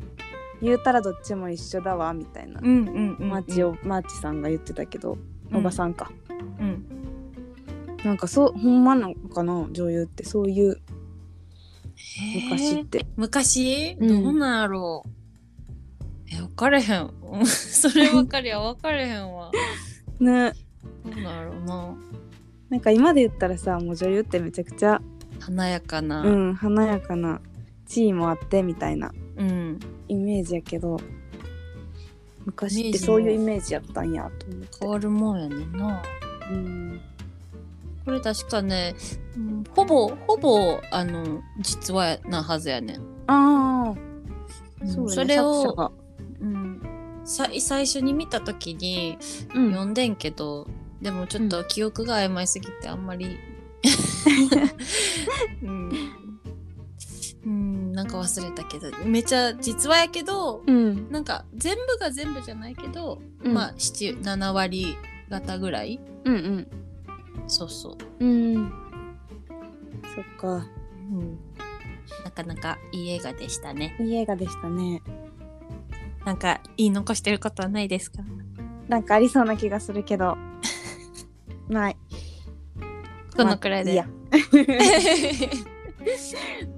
[SPEAKER 2] 言うたらどっちも一緒だわみたいな、
[SPEAKER 1] うんうんうんうん
[SPEAKER 2] マーチをマーチさんが言ってたけど、おばさんか
[SPEAKER 1] んうん
[SPEAKER 2] なんかそうほんまなのかな女優ってそういう昔
[SPEAKER 1] へ
[SPEAKER 2] っ
[SPEAKER 1] ー
[SPEAKER 2] て、
[SPEAKER 1] 昔
[SPEAKER 2] う
[SPEAKER 1] ど
[SPEAKER 2] ん
[SPEAKER 1] うなんやろうえ分かれへんうん それ分かりゃ分かれへんわ
[SPEAKER 2] ね
[SPEAKER 1] どうなんやろうな
[SPEAKER 2] なんか今で言ったらさもう女優ってめちゃくちゃ、
[SPEAKER 1] 華やかな
[SPEAKER 2] うん、華やかな地位もあってみたいな
[SPEAKER 1] うん
[SPEAKER 2] イメージやけど昔っ
[SPEAKER 1] イメー
[SPEAKER 2] て
[SPEAKER 1] ジも
[SPEAKER 2] そういうイメージやったんやと思って
[SPEAKER 1] 変わるもんやねんな
[SPEAKER 2] うん
[SPEAKER 1] これ確かね、うんほぼほぼあの実話なはずやねん、
[SPEAKER 2] ああ、
[SPEAKER 1] うん
[SPEAKER 2] やね
[SPEAKER 1] それ
[SPEAKER 2] 作者
[SPEAKER 1] を、
[SPEAKER 2] が
[SPEAKER 1] うん、さ最初に見た時に
[SPEAKER 2] うん
[SPEAKER 1] 読んでんけど、でもちょっと記憶が曖昧すぎてあんま りうん、うん、なんか忘れたけどめっちゃ実話やけど
[SPEAKER 2] うん、
[SPEAKER 1] なんか全部が全部じゃないけど、
[SPEAKER 2] うん、
[SPEAKER 1] まあ7 7割方ぐらい
[SPEAKER 2] うんうん
[SPEAKER 1] そうそう
[SPEAKER 2] うんそっか
[SPEAKER 1] うんなかなかいい映画でしたね。
[SPEAKER 2] いい映画でしたね
[SPEAKER 1] なんか言い残してることはないですか
[SPEAKER 2] なんかありそうな気がするけ どない
[SPEAKER 1] このくらいで。
[SPEAKER 2] まあいいや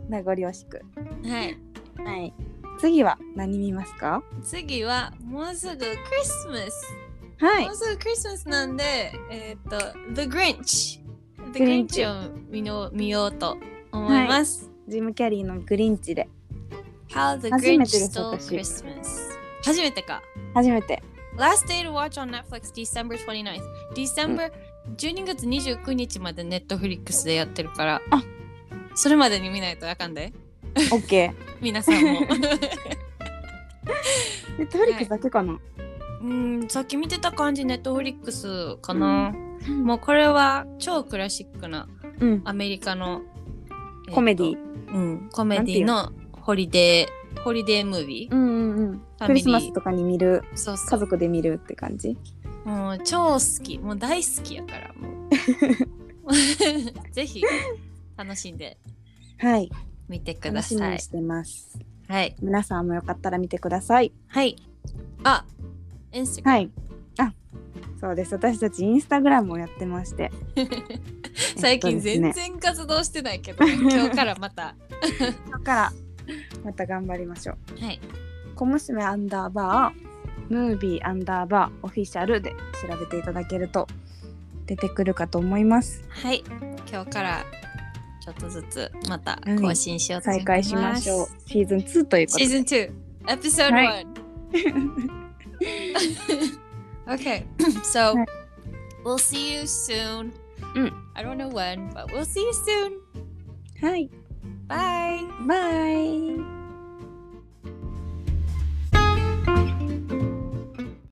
[SPEAKER 2] 名残惜しく
[SPEAKER 1] はい。
[SPEAKER 2] はい次は何見ますか
[SPEAKER 1] 次はもうすぐクリスマス。
[SPEAKER 2] はい
[SPEAKER 1] もうすぐクリスマスなんで、えーっと、The Grinch。The
[SPEAKER 2] Grinch
[SPEAKER 1] Grinch を見よう見ようと思います。
[SPEAKER 2] ジム・キャリーの「グリンチ」で
[SPEAKER 1] How the
[SPEAKER 2] 初
[SPEAKER 1] Grinch
[SPEAKER 2] めてです
[SPEAKER 1] Stole
[SPEAKER 2] 私
[SPEAKER 1] Christmas。初めてか。
[SPEAKER 2] 初めて
[SPEAKER 1] Last day to watch on Netflix December 29th。December、12月29日まで Netflix でやってるから
[SPEAKER 2] あ、
[SPEAKER 1] それまでに見ないとあかんで、
[SPEAKER 2] OK
[SPEAKER 1] 皆さんも。
[SPEAKER 2] ネットフリックスだけかな、
[SPEAKER 1] うん、さっき見てた感じ、ネットフリックスかな。
[SPEAKER 2] うん
[SPEAKER 1] もうこれは超クラシックな
[SPEAKER 2] うん
[SPEAKER 1] アメリカの、えーと
[SPEAKER 2] コメディ
[SPEAKER 1] うん、コメディのホリデー、ホリデームービー。
[SPEAKER 2] うんうんうん
[SPEAKER 1] ファ
[SPEAKER 2] ク
[SPEAKER 1] ミ
[SPEAKER 2] リ
[SPEAKER 1] リー
[SPEAKER 2] スマスとかに見る
[SPEAKER 1] そうそ
[SPEAKER 2] 家
[SPEAKER 1] う。
[SPEAKER 2] 族で見るって感じ
[SPEAKER 1] もう超好き、もう大好きやから、も う。 ぜひ楽しんで
[SPEAKER 2] はい
[SPEAKER 1] みてくだ
[SPEAKER 2] 楽しみ
[SPEAKER 1] さ
[SPEAKER 2] に
[SPEAKER 1] い
[SPEAKER 2] し。てます
[SPEAKER 1] はい。
[SPEAKER 2] 皆さんもよかったら見てください
[SPEAKER 1] はい。あ、インスタ
[SPEAKER 2] はいあそうです私たちインスタグラムをやってまして
[SPEAKER 1] 最近全
[SPEAKER 2] えっとですね
[SPEAKER 1] 然活動してないけど、 今日からまた。
[SPEAKER 2] 今日からまた頑張りましょう
[SPEAKER 1] はい。
[SPEAKER 2] 小娘アンダーバームービーアンダーバーオフィシャルで調べていただけると出てくるかと思います
[SPEAKER 1] はい、今日からちょっとずつまた
[SPEAKER 2] はい
[SPEAKER 1] 更新しようと思いま
[SPEAKER 2] 再開
[SPEAKER 1] す。
[SPEAKER 2] しましょうシーズン2ということ
[SPEAKER 1] シーズ
[SPEAKER 2] で
[SPEAKER 1] ン2。 episode
[SPEAKER 2] Right.
[SPEAKER 1] one. okay, so
[SPEAKER 2] Right.
[SPEAKER 1] we'll see you soon.
[SPEAKER 2] Mm.
[SPEAKER 1] I don't know when, but we'll see you soon.
[SPEAKER 2] はい
[SPEAKER 1] Bye.
[SPEAKER 2] バイ